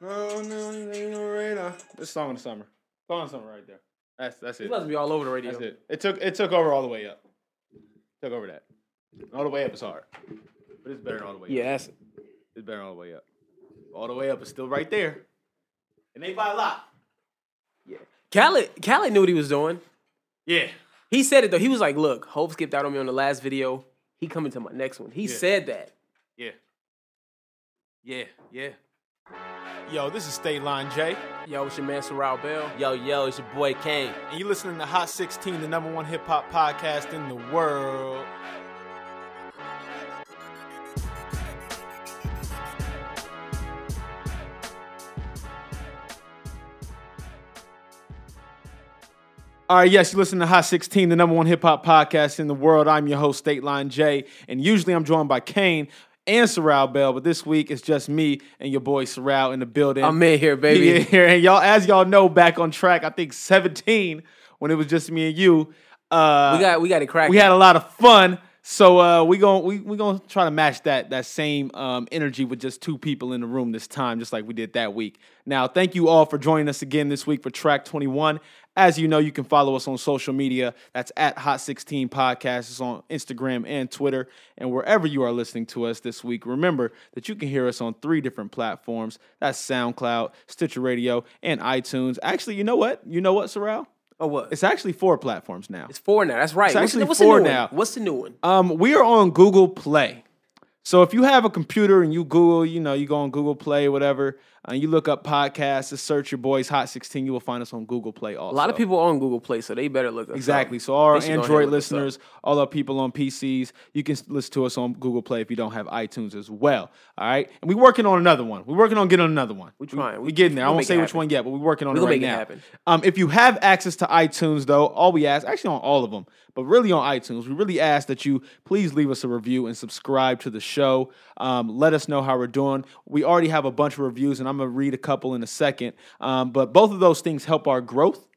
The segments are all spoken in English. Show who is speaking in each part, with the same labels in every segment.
Speaker 1: No, Oh, no, ain't no radar. This song of the summer. Song of the summer right there. That's that's
Speaker 2: It's
Speaker 1: it.
Speaker 2: about to be all over the radio.
Speaker 1: That's it. It took it took over all the way up. Took over that. All the way up is hard. But it's better than all the way up.
Speaker 2: Yeah, that's
Speaker 1: It's better than all the way up. All the way up is still right there. And they buy a lot.
Speaker 2: Khaled. Khaled knew what he was doing.
Speaker 1: Yeah.
Speaker 2: He said it though. He was like, "Look, Hope skipped out on me on the last video. He coming to my next one." He
Speaker 1: Yeah.
Speaker 2: said that.
Speaker 1: Yeah. Yeah. Yeah.
Speaker 3: Yo, this is State Line J,
Speaker 2: Yo, it's your man Sorrel Bell.
Speaker 4: Yo, yo, it's your boy Kane.
Speaker 3: and you're listening to Hot 16, the number one hip hop podcast in the world. All right, yes, you listen to Hot 16, the number one hip hop podcast in the world. I'm your host, State Line J, and usually I'm joined by Kane and Sorrel Bell, but this week it's just me and your boy Sorrel in the building.
Speaker 2: I'm in here,
Speaker 3: Yeah,
Speaker 2: baby.
Speaker 3: here. And y'all, as y'all know, back on track, I think 17, when it was just me and you, uh,
Speaker 2: We got we got it cracked.
Speaker 3: we had a lot of fun. So uh, we gon' we we gonna try to match that that same um, energy with just two people in the room this time, just like we did that week. Now, thank you all for joining us again this week for Track Twenty One. As you know, you can follow us on social media. That's at Hot Sixteen Podcast. It's on Instagram and Twitter, and wherever you are listening to us this week. Remember that you can hear us on three different platforms. That's SoundCloud, Stitcher Radio, and iTunes. Actually, you know what? You know what, Sorrel?
Speaker 2: Oh what? It's,
Speaker 3: It's actually four platforms now.
Speaker 2: four now. That's right. What's the-
Speaker 3: actually
Speaker 2: what's
Speaker 3: four
Speaker 2: the new
Speaker 3: now.
Speaker 2: One? What's the new one?
Speaker 3: Um, we are on Google Play. So if you have a computer and you Google, you know, you go on Google Play or whatever, and you look up podcasts, just search your boys Hot 16, you will find us on Google Play also.
Speaker 2: A lot of people on Google Play, so they better look us up.
Speaker 3: Exactly. So all our
Speaker 2: They should go ahead
Speaker 3: Android
Speaker 2: and look us up.
Speaker 3: listeners, all our people on PCs, you can s- listen to us on Google Play if you don't have iTunes as well. All right. And we're working on another one. We're working on getting another one. We're
Speaker 2: trying.
Speaker 3: We,
Speaker 2: We-
Speaker 3: are getting there. I
Speaker 2: we'll
Speaker 3: won't
Speaker 2: make
Speaker 3: say
Speaker 2: it
Speaker 3: which
Speaker 2: happen.
Speaker 3: one yet, but we're working on it
Speaker 2: We gonna
Speaker 3: right
Speaker 2: make it
Speaker 3: now.
Speaker 2: happen.
Speaker 3: Um, if you have access to iTunes, though, all we ask, actually on all of them, but really on iTunes, we really ask that you please leave us a review and subscribe to the show. Um, let us know how we're doing. We already have a bunch of reviews, and I'm going to read a couple in a second. Um, but both of those things help our growth,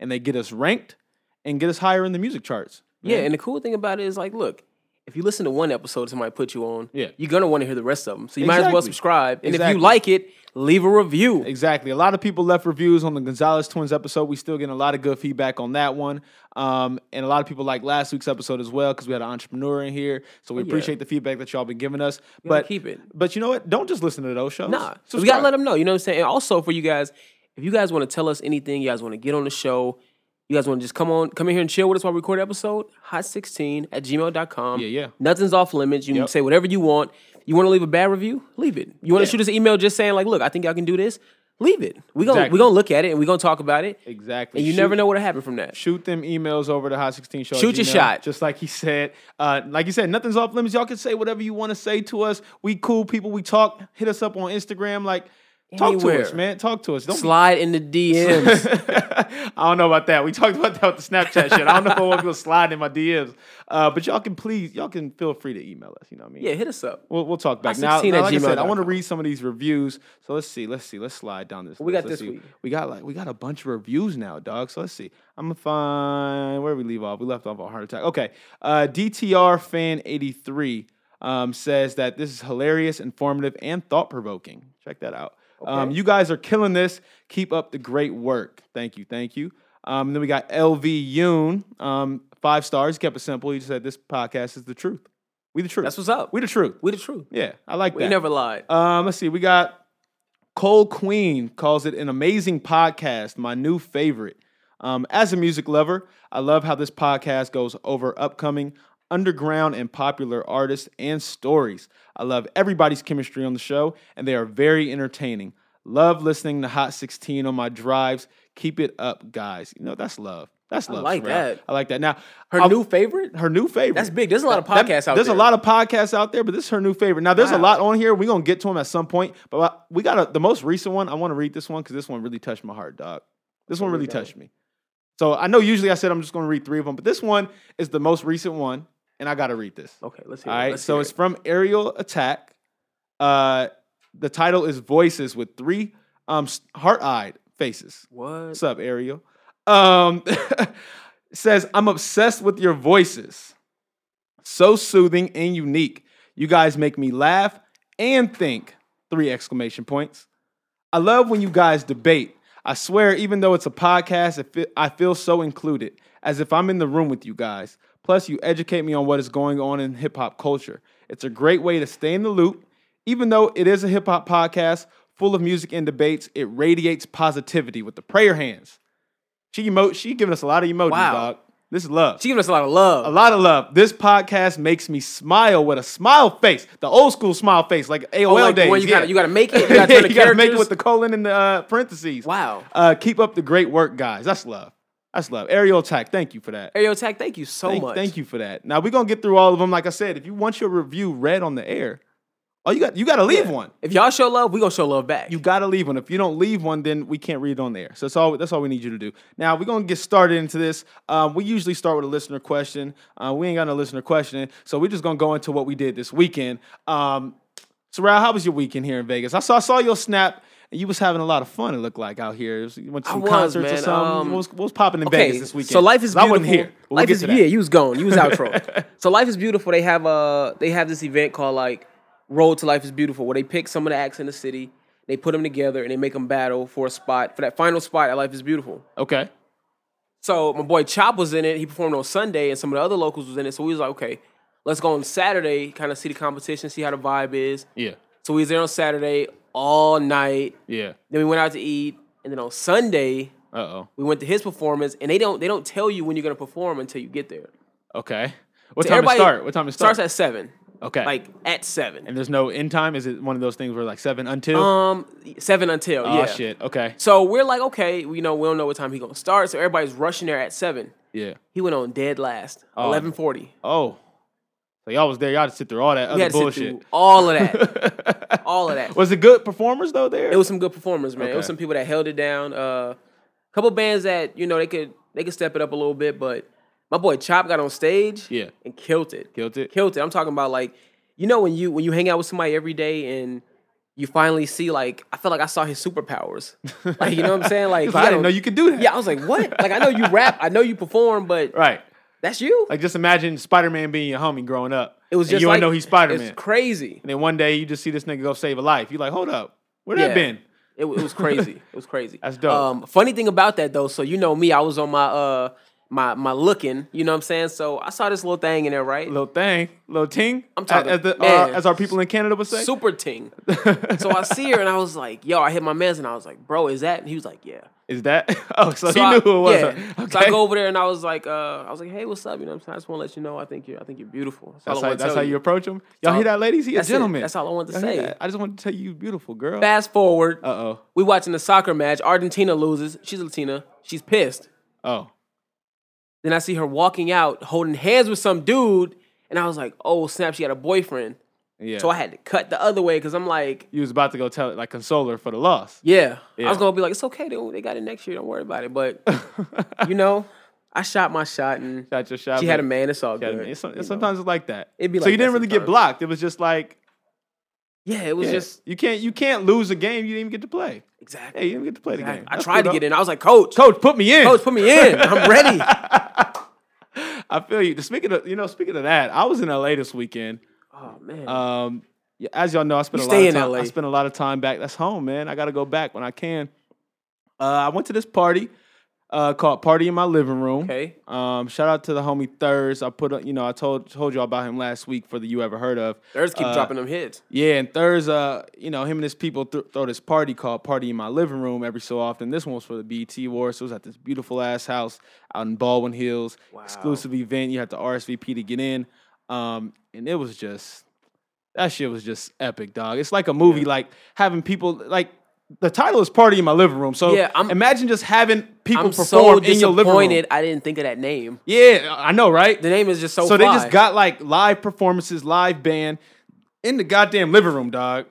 Speaker 3: and they get us ranked and get us higher in the music charts.
Speaker 2: Yeah, and the cool thing about it is like, look, if you listen to one episode somebody put you on,
Speaker 3: Yeah.
Speaker 2: you're gonna want to hear the rest of them. So you might as well
Speaker 3: Exactly.
Speaker 2: subscribe. And if
Speaker 3: Exactly.
Speaker 2: you like it, leave a review.
Speaker 3: Exactly. A lot of people left reviews on the Gonzalez Twins episode. We still getting a lot of good feedback on that one. Um, and a lot of people like last week's episode as well because we had an entrepreneur in here. So we appreciate the feedback that y'all been giving us.
Speaker 2: Oh, gotta
Speaker 3: But
Speaker 2: keep it.
Speaker 3: But you know what? Don't just listen to those shows.
Speaker 2: Nah, so
Speaker 3: Subscribe.
Speaker 2: we gotta let them know. You know what I'm saying? And also for you guys, if you guys want to tell us anything, you guys want to get on the show, you guys want to just come on, come in here and chill with us while we record an episode, hot16 at gmail.com.
Speaker 3: Yeah, yeah.
Speaker 2: Nothing's off limits. You can
Speaker 3: Yep.
Speaker 2: say whatever you want. You want to leave a bad review? Leave it. You want to shoot us an email just saying, like, look, I think y'all can do this? Leave it. We're gonna,
Speaker 3: Exactly.
Speaker 2: we gonna look at it and we're gonna talk about it.
Speaker 3: Exactly.
Speaker 2: And you
Speaker 3: Shoot-
Speaker 2: never know what'll happen from that.
Speaker 3: Shoot them emails over to Hot 16 Show. at
Speaker 2: Shoot your
Speaker 3: Gmail,
Speaker 2: shot.
Speaker 3: Just like he said. Uh, like you said, nothing's off limits. Y'all can say whatever you want to say to us. We cool people. We talk. Hit us up on Instagram. Like, talk
Speaker 2: Anywhere.
Speaker 3: to us, man. Talk to us. Don't be
Speaker 2: Slide in the DMs.
Speaker 3: I don't know about that. We talked about that with the Snapchat shit. I don't know if I want people sliding in my DMs. Uh, but y'all can please, y'all can feel free to email us. You know what I mean?
Speaker 2: yeah, hit us up.
Speaker 3: We'll, we'll talk back.
Speaker 2: I16
Speaker 3: Now,
Speaker 2: at
Speaker 3: now, like I said, I
Speaker 2: gmail.com.
Speaker 3: want to read some of these reviews. So let's see, let's see, let's slide down this.
Speaker 2: we got
Speaker 3: list. Let's
Speaker 2: this
Speaker 3: see.
Speaker 2: week?
Speaker 3: We got like we got a bunch of reviews now, dog. So let's see. I'm gonna find where we leave off. We left off on heart attack. Okay, uh, DTR fan 83 um, says that this is hilarious, informative, and thought provoking. Check that out. Um, you guys are killing this. Keep up the great work. Thank you, thank you. Um, then we got LV Yoon, um, five stars. Kept it simple. He just said this podcast is the truth. We the truth.
Speaker 2: That's what's up.
Speaker 3: We the truth.
Speaker 2: We the truth.
Speaker 3: Yeah, I like
Speaker 2: We
Speaker 3: that.
Speaker 2: never lied.
Speaker 3: Um, let's see. We got Cole Queen calls it an amazing podcast, my new favorite. Um, as a music lover, I love how this podcast goes over upcoming, underground, and popular artists and stories. I love everybody's chemistry on the show, and they are very entertaining. Love listening to Hot 16 on my drives. Keep it up, guys. You know, that's love. That's love.
Speaker 2: like
Speaker 3: Sherelle.
Speaker 2: that.
Speaker 3: I like that. Now,
Speaker 2: Her
Speaker 3: I-
Speaker 2: new favorite?
Speaker 3: her new favorite.
Speaker 2: That's big. There's a lot of
Speaker 3: That-
Speaker 2: podcasts out
Speaker 3: There's a
Speaker 2: there.
Speaker 3: lot of podcasts out there, but this is her new favorite. Now, there's a
Speaker 2: Wow.
Speaker 3: lot on here. We're gonna get to them at some point, but I- we got a, the most recent one. I want to read this one because this one really touched my heart, dog. This one really touched me. So I know usually I said I'm just gonna read three of them, but this one is the most recent one, and I gotta read this.
Speaker 2: Okay, let's hear
Speaker 3: All
Speaker 2: it.
Speaker 3: right,
Speaker 2: Let's
Speaker 3: so
Speaker 2: hear
Speaker 3: it's
Speaker 2: it.
Speaker 3: from Aerial Attack. Uh, the title is Voices with three um s- heart-eyed faces.
Speaker 2: what?
Speaker 3: What's up, Ariel? Um, says, I'm obsessed with your voices. So soothing and unique. You guys make me laugh and think. Three exclamation points. I love when you guys debate. I swear, even though it's a podcast, it fe- I feel so included, as if I'm in the room with you guys. Plus, you educate me on what is going on in hip hop culture. It's a great way to stay in the loop. Even though it is a hip hop podcast full of music and debates, it radiates positivity with the prayer hands. She emo- she giving us a lot of emojis,
Speaker 2: Wow.
Speaker 3: dog. This is love.
Speaker 2: She giving us a lot of love.
Speaker 3: a lot of love. This podcast makes me smile with a smile face, the old school smile face, like AOL
Speaker 2: Oh, like the
Speaker 3: days.
Speaker 2: one you
Speaker 3: yeah.
Speaker 2: gotta you gotta make it. You gotta turn the
Speaker 3: you gotta make it
Speaker 2: characters-
Speaker 3: with the colon and the uh, parentheses.
Speaker 2: Wow.
Speaker 3: Uh, keep up the great work, guys. That's love. That's love. Ariel Tech, thank you for that.
Speaker 2: Ariel Tech, thank you so
Speaker 3: Thank,
Speaker 2: much.
Speaker 3: thank you for that. Now we're gonna get through all of them. Like I said, if you want your review read on the air, oh you got you gotta leave one.
Speaker 2: If y'all show love, we gonna show love back.
Speaker 3: You gotta leave one. If you don't leave one, then we can't read it on the air. So that's all that's all we need you to do. Now we're gonna get started into this. Um, we usually start with a listener question. Uh, we ain't got no listener question, so we're just gonna go into what we did this weekend. Um, so Rao, how was your weekend here in Vegas? I saw I saw your snap. and You was having a lot of fun. It looked like out here. It was- You went to
Speaker 2: I
Speaker 3: some
Speaker 2: was,
Speaker 3: concerts or
Speaker 2: man.
Speaker 3: something.
Speaker 2: Um,
Speaker 3: what, was, what was popping in Vegas this weekend?
Speaker 2: So life is
Speaker 3: 'Cause
Speaker 2: beautiful.
Speaker 3: I wasn't here. but we'll
Speaker 2: life
Speaker 3: get
Speaker 2: is
Speaker 3: to that.
Speaker 2: yeah. You was gone. You was outro. so life is beautiful. They have uh they have this event called like Road to Life is Beautiful, where they pick some of the acts in the city, they put them together, and they make them battle for a spot for that final spot at Life is Beautiful.
Speaker 3: Okay.
Speaker 2: So my boy Chop was in it. He performed on Sunday, and some of the other locals was in it. So we was like, okay, let's go on Saturday, kind of see the competition, see how the vibe is.
Speaker 3: Yeah.
Speaker 2: So we was there on Saturday all night.
Speaker 3: Yeah.
Speaker 2: Then we went out to eat, and then on Sunday
Speaker 3: Uh oh.
Speaker 2: we went to his performance. And they don't they don't tell you when you're gonna perform until you get there.
Speaker 3: Okay. What
Speaker 2: So
Speaker 3: time it
Speaker 2: everybody-
Speaker 3: start? What time it start?
Speaker 2: Starts at seven.
Speaker 3: okay.
Speaker 2: Like at seven.
Speaker 3: And there's no end time. Is it one of those things where like seven until?
Speaker 2: Um, seven until
Speaker 3: oh
Speaker 2: yeah.
Speaker 3: shit. Okay.
Speaker 2: So we're like, okay, you know, we don't know what time he gonna start. So everybody's rushing there at seven.
Speaker 3: Yeah.
Speaker 2: He went on dead last, eleven forty.
Speaker 3: Oh. So y'all was there. Y'all had to sit through all that
Speaker 2: We
Speaker 3: other
Speaker 2: had to sit
Speaker 3: bullshit.
Speaker 2: through all of that, all of that.
Speaker 3: Was it good performers though? There.
Speaker 2: It was some good performers, man. It was
Speaker 3: Okay.
Speaker 2: some people that held it down. A uh, couple bands that you know they could they could step it up a little bit, but my boy Chop got on stage,
Speaker 3: Yeah.
Speaker 2: and killed it.
Speaker 3: Killed it?
Speaker 2: Killed it. I'm talking about like you know when you when you hang out with somebody every day and you finally see like I felt like I saw his superpowers. Like you know what I'm saying? Like,
Speaker 3: He's
Speaker 2: he
Speaker 3: like, I
Speaker 2: got
Speaker 3: didn't
Speaker 2: on-
Speaker 3: know you could do that.
Speaker 2: Yeah, I was like, what? Like I know you rap, I know you perform, but
Speaker 3: Right.
Speaker 2: that's you.
Speaker 3: Like just imagine Spider Man being your homie growing up.
Speaker 2: it was
Speaker 3: and
Speaker 2: just
Speaker 3: you
Speaker 2: like,
Speaker 3: don't know he's Spider Man.
Speaker 2: It's crazy.
Speaker 3: and then one day you just see this nigga go save a life. You're like, hold up, where that
Speaker 2: Yeah.
Speaker 3: been?
Speaker 2: It, it was crazy. it was crazy.
Speaker 3: That's dope.
Speaker 2: Um, funny thing about that though, so you know me, I was on my uh my my looking, you know what I'm saying? So I saw this little thing in there, right?
Speaker 3: Little thing, little ting.
Speaker 2: I'm talking-
Speaker 3: as, the,
Speaker 2: man.
Speaker 3: our, as our people in Canada would say.
Speaker 2: Super ting. so I see her and I was like, yo, I hit my man's and I was like, bro, is that? And he was like, yeah.
Speaker 3: Is that? Oh, so,
Speaker 2: So
Speaker 3: he
Speaker 2: I-
Speaker 3: knew who it was.
Speaker 2: yeah.
Speaker 3: Okay.
Speaker 2: So I go over there and I was like, uh, I was like, hey, what's up? You know what I'm saying? I just want to let you know I think you're I think you're beautiful. That's,
Speaker 3: That's
Speaker 2: all I
Speaker 3: how,
Speaker 2: want to
Speaker 3: that's
Speaker 2: tell
Speaker 3: how
Speaker 2: you.
Speaker 3: you approach him. Y'all hear that, ladies? He a
Speaker 2: That's it.
Speaker 3: gentleman.
Speaker 2: That's all I wanted to
Speaker 3: Y'all hear
Speaker 2: say.
Speaker 3: that? I just wanted to tell you, you beautiful girl.
Speaker 2: Fast forward.
Speaker 3: Uh oh.
Speaker 2: We watching the soccer match. Argentina loses. She's Latina. She's pissed.
Speaker 3: Oh.
Speaker 2: Then I see her walking out holding hands with some dude, and I was like, oh snap, she got a boyfriend.
Speaker 3: Yeah.
Speaker 2: So I had to cut the other way because I'm like,
Speaker 3: you was about to go tell like console her for the loss.
Speaker 2: yeah. I
Speaker 3: Yeah.
Speaker 2: was gonna be like, it's okay, they, they got it next year, don't worry about it. But you know, I shot my shot and
Speaker 3: Got your shot.
Speaker 2: she had a
Speaker 3: but-
Speaker 2: man, it's all
Speaker 3: she had a
Speaker 2: good.
Speaker 3: man. It's-
Speaker 2: you know.
Speaker 3: sometimes it's like that.
Speaker 2: It'd be
Speaker 3: so
Speaker 2: like
Speaker 3: you didn't
Speaker 2: that
Speaker 3: really get
Speaker 2: sometimes.
Speaker 3: blocked. It was just like
Speaker 2: Yeah, it was
Speaker 3: yeah,
Speaker 2: just
Speaker 3: you can't you can't lose a game you didn't even get to play.
Speaker 2: exactly.
Speaker 3: Hey, you didn't get to play the game.
Speaker 2: I
Speaker 3: That's
Speaker 2: tried
Speaker 3: cool,
Speaker 2: to get
Speaker 3: though. Uh,
Speaker 2: in. I was like, coach, coach,
Speaker 3: Coach, put me in.
Speaker 2: put me in. I'm ready.
Speaker 3: I feel you. Speaking of you know, speaking of that, I was in LA this weekend.
Speaker 2: Oh man.
Speaker 3: Um, yeah, as y'all know, I spent
Speaker 2: You
Speaker 3: a lot
Speaker 2: stay
Speaker 3: of
Speaker 2: in
Speaker 3: time. I
Speaker 2: LA.
Speaker 3: spend a lot of time back. That's home, man. I got to go back when I can. Uh, I went to this party uh, called Party in My Living Room.
Speaker 2: Okay.
Speaker 3: Um, shout out to the homie Thurs. I put, a- you know, I told told y'all about him last week for the you ever heard of.
Speaker 2: Theirs keep
Speaker 3: uh,
Speaker 2: dropping them hits.
Speaker 3: Yeah, and Thurs, uh, you know, him and his people th- throw this party called Party in My Living Room every so often. This one was for the BT Awards. So it was at this beautiful ass house out in Baldwin Hills. Exclusive event. You had to RSVP to get in. Um, and it was just that shit was just epic, dog. It's like a movie, like having people like the title is Party in My Living Room. So
Speaker 2: Yeah, I'm-
Speaker 3: imagine just having people
Speaker 2: I'm so
Speaker 3: perform in your living room.
Speaker 2: disappointed I didn't think of that name.
Speaker 3: Yeah, I know, right?
Speaker 2: The name is just so
Speaker 3: So they just
Speaker 2: fly.
Speaker 3: got like live performances, live band in the goddamn living room, dog.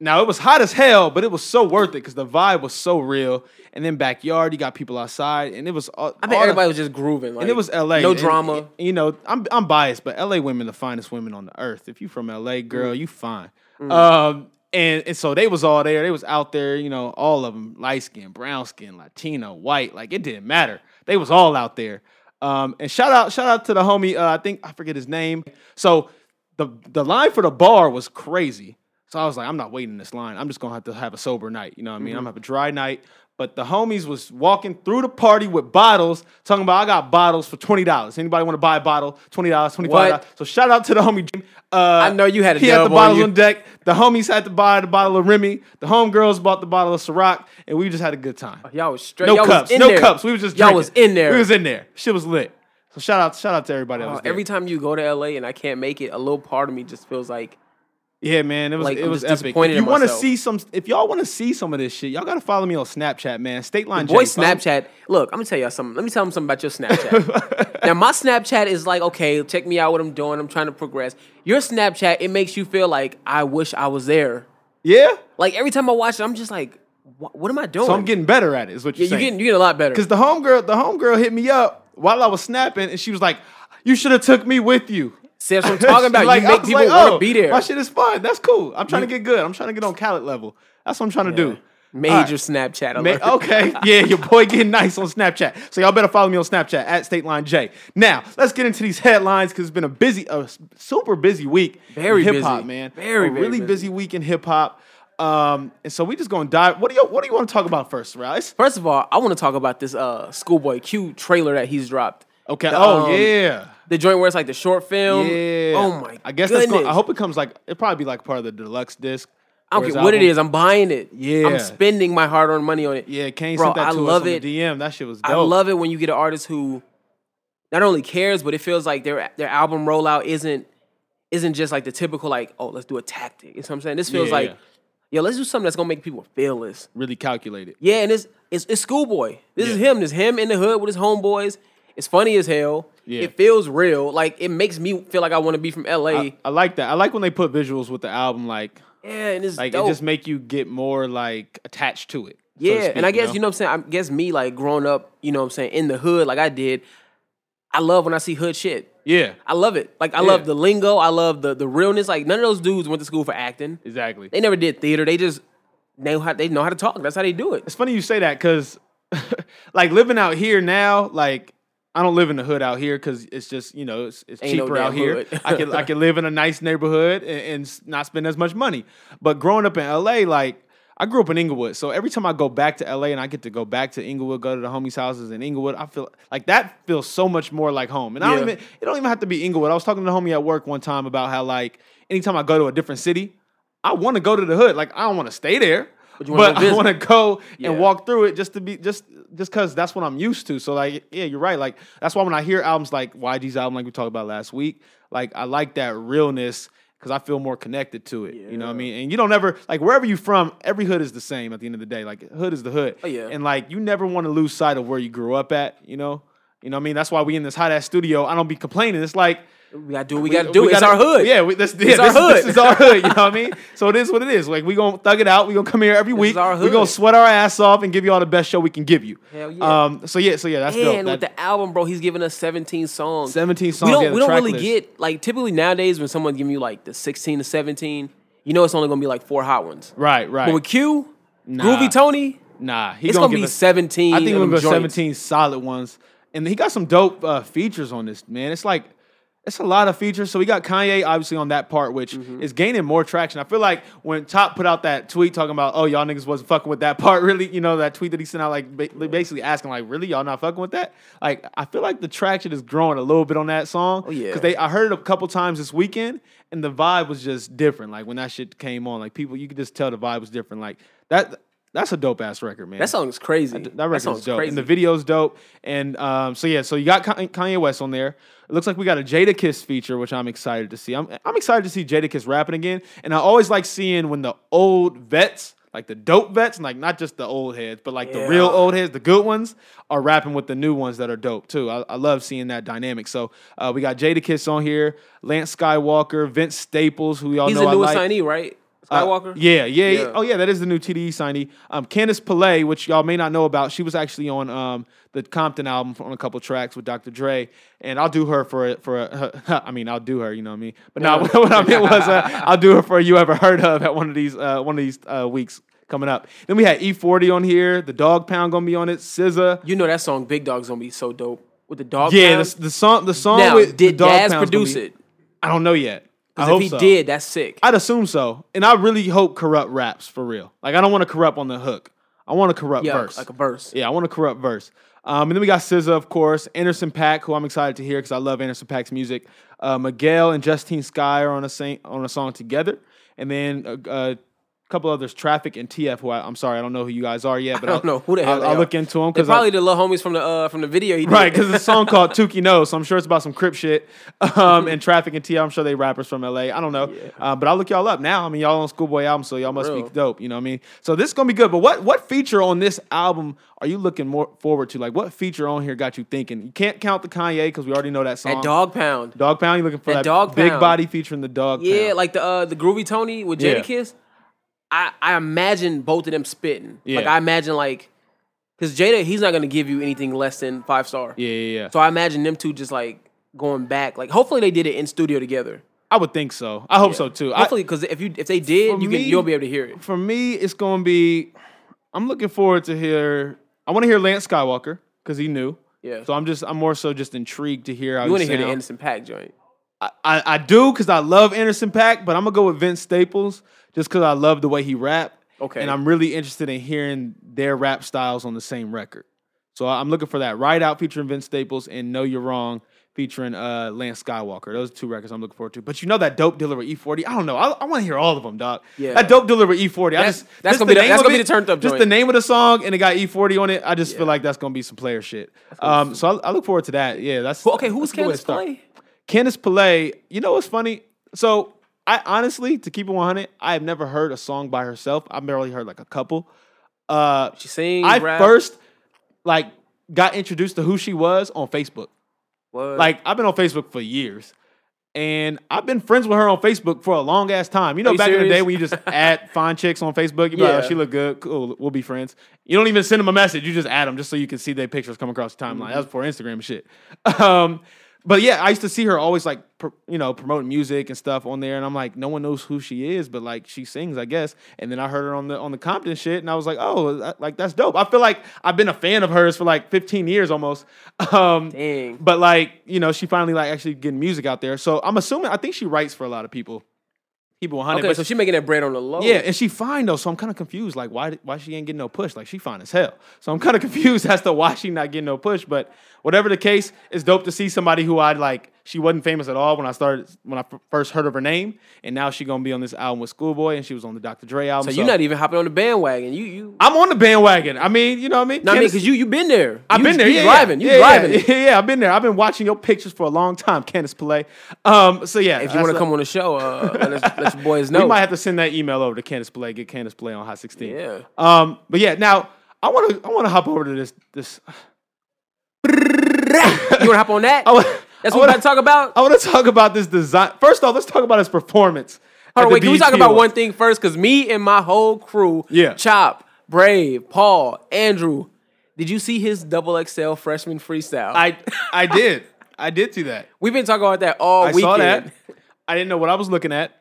Speaker 3: Now it was hot as hell, but it was so worth it because the vibe was so real. And then backyard, you got people outside, and it was. All,
Speaker 2: I think everybody was just grooving. Like,
Speaker 3: and it was L.A.
Speaker 2: No
Speaker 3: and,
Speaker 2: drama.
Speaker 3: and, you know, I'm I'm biased, but L.A. women the finest women on the earth. If you from
Speaker 2: Mm-hmm.
Speaker 3: L.A., girl, you fine. Um, and and so they was all there. They was out there. You know, all of them, light skin, brown skin, Latino, white. Like it didn't matter. They was all out there. Um, and shout out shout out to the homie. Uh, I think I forget his name. So the the line for the bar was crazy. So I was like, I'm not waiting in this line. I'm just gonna have to have a sober night. You know what I
Speaker 2: Mm-hmm.
Speaker 3: mean? I'm gonna have a dry night. But the homies was walking through the party with bottles, talking about I got bottles for twenty dollars. Anybody want to buy a bottle? Twenty dollars, twenty five dollars.
Speaker 2: What?
Speaker 3: So shout out to the homie. Jim. Uh,
Speaker 2: I know you had a
Speaker 3: He had the
Speaker 2: dub on
Speaker 3: bottles
Speaker 2: you.
Speaker 3: on deck. The homies had to buy the bottle of Remy. The homegirls bought the bottle of Ciroc, and we just had a good time.
Speaker 2: Y'all was straight.
Speaker 3: No
Speaker 2: Oh, y'all
Speaker 3: cups,
Speaker 2: was in
Speaker 3: no
Speaker 2: there.
Speaker 3: cups. We was just
Speaker 2: y'all
Speaker 3: drinking.
Speaker 2: was in there.
Speaker 3: We was in there. Shit was lit. So shout out, shout out to everybody. That
Speaker 2: Uh,
Speaker 3: was there.
Speaker 2: every time you go to LA and I can't make it, a little part of me just feels like
Speaker 3: Yeah, man, it was
Speaker 2: Like,
Speaker 3: it
Speaker 2: I'm
Speaker 3: was
Speaker 2: just
Speaker 3: epic.
Speaker 2: disappointed
Speaker 3: If you
Speaker 2: in
Speaker 3: want to
Speaker 2: myself.
Speaker 3: see some? If y'all want to see some of this shit, y'all gotta follow me on Snapchat, man. State line
Speaker 2: boy
Speaker 3: Jenny, follow-
Speaker 2: Snapchat. Look, I'm gonna tell y'all something. Let me tell them something about your Snapchat. now my Snapchat is like, okay, check me out what I'm doing. I'm trying to progress. Your Snapchat, it makes you feel like I wish I was there.
Speaker 3: Yeah,
Speaker 2: Like every time I watch it, I'm just like, what, what am I doing?
Speaker 3: so I'm getting better at it. Is what you're
Speaker 2: yeah, you
Speaker 3: saying?
Speaker 2: getting you getting a lot better.
Speaker 3: Because the homegirl, the homegirl hit me up while I was snapping, and she was like, "You should have took me with you."
Speaker 2: See, that's what I'm talking about.
Speaker 3: Like,
Speaker 2: you
Speaker 3: I
Speaker 2: make
Speaker 3: was
Speaker 2: people
Speaker 3: like,
Speaker 2: want
Speaker 3: "Oh,
Speaker 2: to be there.
Speaker 3: My shit is fun. That's cool. I'm trying to get good. I'm trying to get on Khaled level. That's what I'm trying to do.
Speaker 2: Major
Speaker 3: All right.
Speaker 2: Snapchat
Speaker 3: Ma-
Speaker 2: alert.
Speaker 3: okay, yeah, your boy getting nice on Snapchat. So y'all better follow me on Snapchat at StateLine J. Now let's get into these headlines because it's been a busy, a s- super busy week.
Speaker 2: Very
Speaker 3: hip hop,
Speaker 2: busy.
Speaker 3: man.
Speaker 2: Very,
Speaker 3: a
Speaker 2: very
Speaker 3: really busy.
Speaker 2: busy.
Speaker 3: week in hip hop. Um, and so we just gonna dive. What do you What do you want to talk about first, Rice?
Speaker 2: First of all, I want to talk about this uh, Schoolboy Q trailer that he's dropped.
Speaker 3: Okay.
Speaker 2: The,
Speaker 3: oh
Speaker 2: um,
Speaker 3: yeah,
Speaker 2: The joint where it's like the short film.
Speaker 3: yeah.
Speaker 2: Oh my.
Speaker 3: I guess
Speaker 2: goodness.
Speaker 3: that's. Gonna, I hope it comes like it probably be like part of the deluxe disc. or
Speaker 2: I don't
Speaker 3: his
Speaker 2: care what it
Speaker 3: album.
Speaker 2: is. I'm buying it.
Speaker 3: Yeah.
Speaker 2: I'm spending my hard-earned money on it.
Speaker 3: Yeah, Kane
Speaker 2: Bro,
Speaker 3: sent that
Speaker 2: I
Speaker 3: to
Speaker 2: love
Speaker 3: us on
Speaker 2: it.
Speaker 3: the DM. That shit was dope.
Speaker 2: I love it when you get an artist who not only cares, but it feels like their their album rollout isn't isn't just like the typical like, oh, let's do a tactic. You know what I'm saying? This feels
Speaker 3: Yeah,
Speaker 2: like,
Speaker 3: yeah.
Speaker 2: yo, let's do something that's gonna make people feel this.
Speaker 3: Really calculated.
Speaker 2: Yeah, and it's it's, it's schoolboy. This is
Speaker 3: Yeah.
Speaker 2: him. This him in the hood with his homeboys. It's funny as hell.
Speaker 3: Yeah.
Speaker 2: It feels real. Like it makes me feel like I want to be from LA.
Speaker 3: I, I like that. I like when they put visuals with the album, like
Speaker 2: yeah, and it's
Speaker 3: like
Speaker 2: dope.
Speaker 3: it just make you get more like attached to it. so to
Speaker 2: yeah,
Speaker 3: speak,
Speaker 2: and I guess you know? what I'm saying. I guess me like growing up, you know what I'm saying, in the hood like I did. I love when I see hood shit.
Speaker 3: Yeah,
Speaker 2: I love it. Like I
Speaker 3: Yeah.
Speaker 2: love the lingo. I love the the realness. Like none of those dudes went to school for acting.
Speaker 3: exactly.
Speaker 2: They never did theater. They just they know how they know how to talk. That's how they do it.
Speaker 3: It's funny you say that because like living out here now, like I don't live in the hood out here because it's just you know it's, it's
Speaker 2: Ain't no
Speaker 3: cheaper
Speaker 2: damn
Speaker 3: out here.
Speaker 2: hood.
Speaker 3: I can I can live in a nice neighborhood and, and s- not spend as much money. But growing up in L.A., like. I grew up in Inglewood, so every time I go back to LA and I get to go back to Inglewood, go to the homies' houses in Inglewood, I feel like that feels so much more like home. And I don't
Speaker 2: Yeah.
Speaker 3: even it don't even have to be Inglewood. I was talking to the homie at work one time about how like anytime I go to a different city, I want to go to the hood. Like I don't want to stay there, but,
Speaker 2: you wanna go
Speaker 3: I
Speaker 2: visit.
Speaker 3: want to go and
Speaker 2: Yeah.
Speaker 3: walk through it just to be just just because that's what I'm used to. So like yeah, you're right. Like that's why when I hear albums like YG's album, like we talked about last week, like I like that realness because I feel more connected to it. You know what I mean? And you don't ever like wherever you from, every hood is the same at the end of the day. Like hood is the hood.
Speaker 2: Oh, yeah.
Speaker 3: And like you never want to lose sight of where you grew up at. You know. You know what I mean? That's why we in this hot ass studio. I don't be complaining. It's like
Speaker 2: We gotta do what we, gotta do. it's
Speaker 3: gotta-
Speaker 2: our hood.
Speaker 3: Yeah, we, this, yeah
Speaker 2: It's our
Speaker 3: this, is- this
Speaker 2: hood.
Speaker 3: is our hood. You know what I mean? So it is what it is. Like we gonna thug it out. We gonna come here every week.
Speaker 2: is our
Speaker 3: We gonna
Speaker 2: hood.
Speaker 3: sweat our ass off and give you all the best show we can give you.
Speaker 2: Hell yeah.
Speaker 3: Um. So yeah. So yeah. That's dope.
Speaker 2: And with
Speaker 3: That-
Speaker 2: the album, bro, he's giving us 17 songs.
Speaker 3: 17 songs,
Speaker 2: We don't,
Speaker 3: yeah, the
Speaker 2: we don't
Speaker 3: track
Speaker 2: really
Speaker 3: list.
Speaker 2: get like typically nowadays when someone's giving you like the 16 to 17, you know it's only gonna be like four hot ones.
Speaker 3: right. Right.
Speaker 2: But with Q, Groovy Tony,
Speaker 3: nah. He
Speaker 2: it's
Speaker 3: gonna,
Speaker 2: gonna, be
Speaker 3: give us-
Speaker 2: 17.
Speaker 3: I think
Speaker 2: of
Speaker 3: we're gonna
Speaker 2: them
Speaker 3: go
Speaker 2: joints.
Speaker 3: 17 solid ones. And he got some dope uh, features on this man. It's like. It's a lot of features. So we got Kanye obviously on that part, which
Speaker 2: Mm-hmm.
Speaker 3: is gaining more traction. I feel like when Top put out that tweet talking about, oh, y'all niggas wasn't fucking with that part, really, you know, that tweet that he sent out, like ba- basically asking, like, really, y'all not fucking with that? Like, I feel like the traction is growing a little bit on that song. Oh,
Speaker 2: yeah.
Speaker 3: Because they, I heard it a couple times this weekend, and the vibe was just different. Like, when that shit came on, like, people, you could just tell the vibe was different. Like, that, that's a dope ass record, man.
Speaker 2: That song is crazy.
Speaker 3: That record's
Speaker 2: song's
Speaker 3: dope,
Speaker 2: crazy.
Speaker 3: and the video's dope. And um, so yeah, so you got Kan- Kanye West on there. It looks like we got a Jada Kiss feature, which I'm excited to see. I'm I'm excited to see Jada Kiss rapping again. And I always like seeing when the old vets, like the dope vets, and like not just the old heads, but like the
Speaker 2: Yeah.
Speaker 3: real old heads, the good ones, are rapping with the new ones that are dope too. I, I love seeing that dynamic. So uh, we got Jada Kiss on here, Lance Skywalker, Vince Staples, who y'all
Speaker 2: he's
Speaker 3: know
Speaker 2: the newest
Speaker 3: I like.
Speaker 2: signee, right?
Speaker 3: Uh,
Speaker 2: Skywalker?
Speaker 3: yeah, yeah, yeah.
Speaker 2: Yeah.
Speaker 3: Oh, yeah, that is the new TDE signee. Um, Candace Pillay, which y'all may not know about, she was actually on um, the Compton album on a couple tracks with Dr. Dre, and I'll do her for a, for a, I mean, I'll do her, you know what I mean? But no, what I meant was uh, I'll do her for a you ever heard of at one of these uh, one of these uh, weeks coming up. Then we had E40 on here, the Dog Pound gonna be on it, SZA.
Speaker 2: You know that song Big Dog's gonna be so dope with the dog.
Speaker 3: Yeah,
Speaker 2: pound.
Speaker 3: the, the song the song
Speaker 2: now
Speaker 3: with the
Speaker 2: did
Speaker 3: Dog
Speaker 2: Daz
Speaker 3: Pound's gonna
Speaker 2: produce
Speaker 3: be-
Speaker 2: it?
Speaker 3: I don't know yet. I
Speaker 2: Because
Speaker 3: hope
Speaker 2: if he
Speaker 3: so.
Speaker 2: did, that's sick.
Speaker 3: I'd assume so, and I really hope corrupt raps for real. Like I don't want to corrupt on the hook. I want to corrupt
Speaker 2: yeah,
Speaker 3: verse.
Speaker 2: like a verse.
Speaker 3: Yeah, I want a corrupt verse. Um, and then we got SZA, of course, Anderson Pack, who I'm excited to hear because I love Anderson Pack's music. Uh, Miguel and Justine Sky are on a sing- on a song together, and then a, a couple others, Traffic and TF. Who I, I'm sorry, I don't know who you guys are yet, but
Speaker 2: I don't
Speaker 3: I'll-
Speaker 2: know who the hell
Speaker 3: I'll,
Speaker 2: they
Speaker 3: I'll
Speaker 2: are.
Speaker 3: look into them
Speaker 2: They're
Speaker 3: because
Speaker 2: probably the little homies from the uh, from the video he did.
Speaker 3: Right, because it's a song called Tukey Knows, so I'm sure it's about some Crip shit. Um, and Traffic and T, I'm sure they rappers from LA. I don't know. Uh, but I'll look y'all up now. I mean, y'all on Schoolboy album, so y'all must
Speaker 2: Real.
Speaker 3: be dope. You know what I mean? So this is going to be good. But what what feature on this album are you looking more forward to? Like, what feature on here got you thinking? You can't count the Kanye because we already know that song.
Speaker 2: that dog pound.
Speaker 3: Dog Pound, you looking for
Speaker 2: That
Speaker 3: that,
Speaker 2: Dog
Speaker 3: big
Speaker 2: Pound.
Speaker 3: body featuring the dog
Speaker 2: Yeah,
Speaker 3: pound.
Speaker 2: like the uh, the groovy Tony with
Speaker 3: Yeah.
Speaker 2: Jadakiss. I I imagine both of them spitting. Like
Speaker 3: Yeah.
Speaker 2: I imagine like because Jada he's not gonna give you anything less than five star.
Speaker 3: yeah, yeah, yeah.
Speaker 2: So I imagine them two just like going back. Like hopefully they did it in studio together.
Speaker 3: I would think so. I hope so too. I-
Speaker 2: Hopefully because if you if they did,
Speaker 3: For
Speaker 2: you
Speaker 3: me-
Speaker 2: can you'll be able to hear it.
Speaker 3: for me, it's going to be. I'm looking forward to hear. I want to hear Lance Skywalker because he knew.
Speaker 2: Yeah.
Speaker 3: So I'm just. I'm more so just intrigued to hear. How
Speaker 2: You
Speaker 3: want
Speaker 2: want to hear the Anderson Pack joint?
Speaker 3: I, I, I do because I love Anderson Pack, but I'm gonna go with Vince Staples just because I love the way he rap.
Speaker 2: Okay.
Speaker 3: And I'm really interested in hearing their rap styles on the same record. So I- I'm looking for that. Ride Out featuring Vince Staples and Know You're Wrong featuring uh, Lance Skywalker. Those are two records I'm looking forward to. But you know that Dope Dealer with E40? I don't know. I, I want to hear all of them, dog.
Speaker 2: Yeah.
Speaker 3: That Dope Dealer with E40. I
Speaker 2: That's-
Speaker 3: just just
Speaker 2: that's gonna be the-
Speaker 3: name
Speaker 2: that's
Speaker 3: of
Speaker 2: gonna be
Speaker 3: it-
Speaker 2: the turned up
Speaker 3: Just
Speaker 2: joint.
Speaker 3: the name of the song and it got E40 on it. I just feel like that's gonna be some player shit. Um, so I, I look forward to that. Yeah, that's
Speaker 2: Well, okay, who's
Speaker 3: that's a good way to
Speaker 2: Candace
Speaker 3: start.
Speaker 2: Play?
Speaker 3: Candace Pillay, you know what's funny? So I honestly, to keep it 100, I have never heard a song by herself. I've barely heard like a couple. Uh,
Speaker 2: She sings.
Speaker 3: I
Speaker 2: rap,
Speaker 3: first like got introduced to who she was on Facebook.
Speaker 2: what?
Speaker 3: Like I've been on Facebook for years. And I've been friends with her on Facebook for a long ass time. You know,
Speaker 2: you
Speaker 3: back in the
Speaker 2: serious?
Speaker 3: day when you just add fine chicks on Facebook, you be like,
Speaker 2: Yeah.
Speaker 3: oh, she look good, cool, we'll be friends. You don't even send them a message, you just add them just so you can see their pictures come across the timeline.
Speaker 2: Mm-hmm.
Speaker 3: That was before Instagram and shit. Um, but yeah, I used to see her always like, pr- you know, promoting music and stuff on there, and I'm like, no one knows who she is, but like she sings, I guess. And then I heard her on the on the Compton shit, and I was like, oh, that- like that's dope. I feel like I've been a fan of hers for like 15 years almost. Um,
Speaker 2: Dang.
Speaker 3: but like, you know, she finally like actually getting music out there. So I'm assuming I think she writes for a lot of people. People 100.
Speaker 2: okay,
Speaker 3: but
Speaker 2: so she making that bread on the low.
Speaker 3: yeah, and she fine though, so I'm kind of confused. Like, why why she ain't getting no push? Like, she fine as hell. So I'm kind of confused as to why she not getting no push. But whatever the case, it's dope to see somebody who I like. She wasn't famous at all when I started when I f- first heard of her name, and now she gonna be on this album with Schoolboy, and she was on the Dr. Dre album.
Speaker 2: So you're not e even hopping on the bandwagon. You you.
Speaker 3: I'm on the bandwagon. I mean, you know what I mean?
Speaker 2: No, I mean,
Speaker 3: Candace-
Speaker 2: because you you been there.
Speaker 3: I've
Speaker 2: You-
Speaker 3: been there.
Speaker 2: You
Speaker 3: yeah,
Speaker 2: driving.
Speaker 3: Yeah,
Speaker 2: You
Speaker 3: yeah,
Speaker 2: driving.
Speaker 3: Yeah, yeah, I've been there. I've been watching your pictures for a long time, Candace Pillay. Um, so yeah,
Speaker 2: If you want to
Speaker 3: that's-
Speaker 2: come on the show, uh, let, us, let your boys know.
Speaker 3: we might have to send that email over to Candace Pillay. Get Candace Pillay on Hot 16.
Speaker 2: Yeah.
Speaker 3: Um, but yeah, now I want to I want to hop over to this this.
Speaker 2: you want to hop on that?
Speaker 3: I wa-
Speaker 2: That's
Speaker 3: I
Speaker 2: what we're
Speaker 3: wanna-
Speaker 2: about to talk about.
Speaker 3: I want to talk about this design. First off, let's talk about his performance. at
Speaker 2: Hold on,
Speaker 3: the
Speaker 2: wait. Can we
Speaker 3: BET
Speaker 2: talk about
Speaker 3: Awards.
Speaker 2: one thing first? Because me and my whole crew,
Speaker 3: Yeah.
Speaker 2: Chop, Brave, Paul, Andrew, did you see his double XL freshman freestyle?
Speaker 3: I I did I did see that.
Speaker 2: We've been talking about that all
Speaker 3: I
Speaker 2: weekend.
Speaker 3: saw that. I didn't know what I was looking at.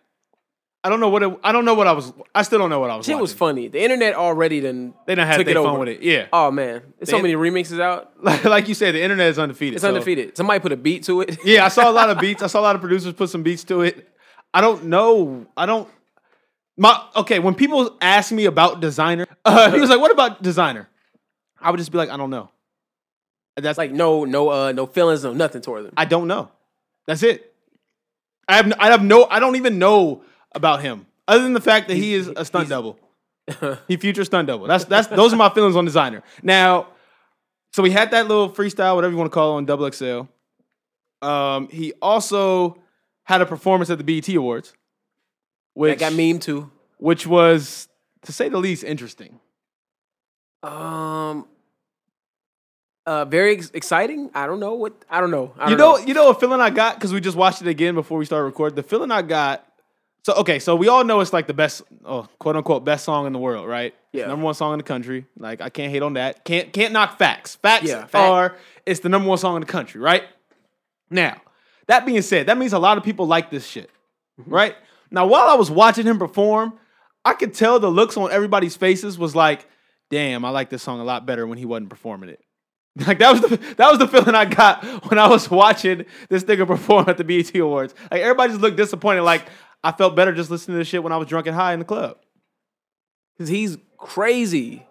Speaker 3: I don't know what it, I don't know what I was. I still don't know what I was.
Speaker 2: Shit
Speaker 3: watching.
Speaker 2: was funny. The internet already done
Speaker 3: They done had
Speaker 2: took
Speaker 3: their
Speaker 2: it
Speaker 3: fun
Speaker 2: over.
Speaker 3: with it, yeah.
Speaker 2: Oh man, there's so
Speaker 3: in-
Speaker 2: many remixes out.
Speaker 3: like, like you said, the internet is undefeated.
Speaker 2: It's
Speaker 3: so-
Speaker 2: undefeated. Somebody put a beat to it.
Speaker 3: Yeah, I saw a lot of beats. I saw a lot of producers put some beats to it. I don't know. I don't. My okay. When people ask me about designer, uh, he was like, "What about designer?" I would just be like, "I don't know." That's
Speaker 2: like no, no, uh, no feelings, no nothing towards him.
Speaker 3: I don't know. That's it. I have. n- I have no. I don't even know about him other than the fact that he is a stunt double. he future stunt double. That's that's. Those are my feelings on designer. Now, so we had that little freestyle, whatever you want to call it, on Double XL. Um, he also had a performance at the BET Awards,
Speaker 2: That
Speaker 3: which
Speaker 2: got meme too.
Speaker 3: which was to say the least interesting.
Speaker 2: Um, uh, very ex- exciting. I don't know what. I don't know. I don't
Speaker 3: you know, you know, a feeling I got because we just watched it again before we started recording. The feeling I got. So okay, so we all know it's like the best, oh, quote unquote, best song in the world, right? It's
Speaker 2: Yeah.
Speaker 3: number one song in the country. Like I can't hate on that. Can't can't knock facts. Facts
Speaker 2: Yeah, fact.
Speaker 3: are it's the number one song in the country, right? Now, that being said, that means a lot of people like this shit, right? Now, while I was watching him perform, I could tell the looks on everybody's faces was like, "Damn, I like this song a lot better when he wasn't performing it." Like that was the that was the feeling I got when I was watching this nigga perform at the BET Awards. Like everybody just looked disappointed. Like I felt better just listening to this shit when I was drunk and high in the club,
Speaker 2: Cause he's crazy.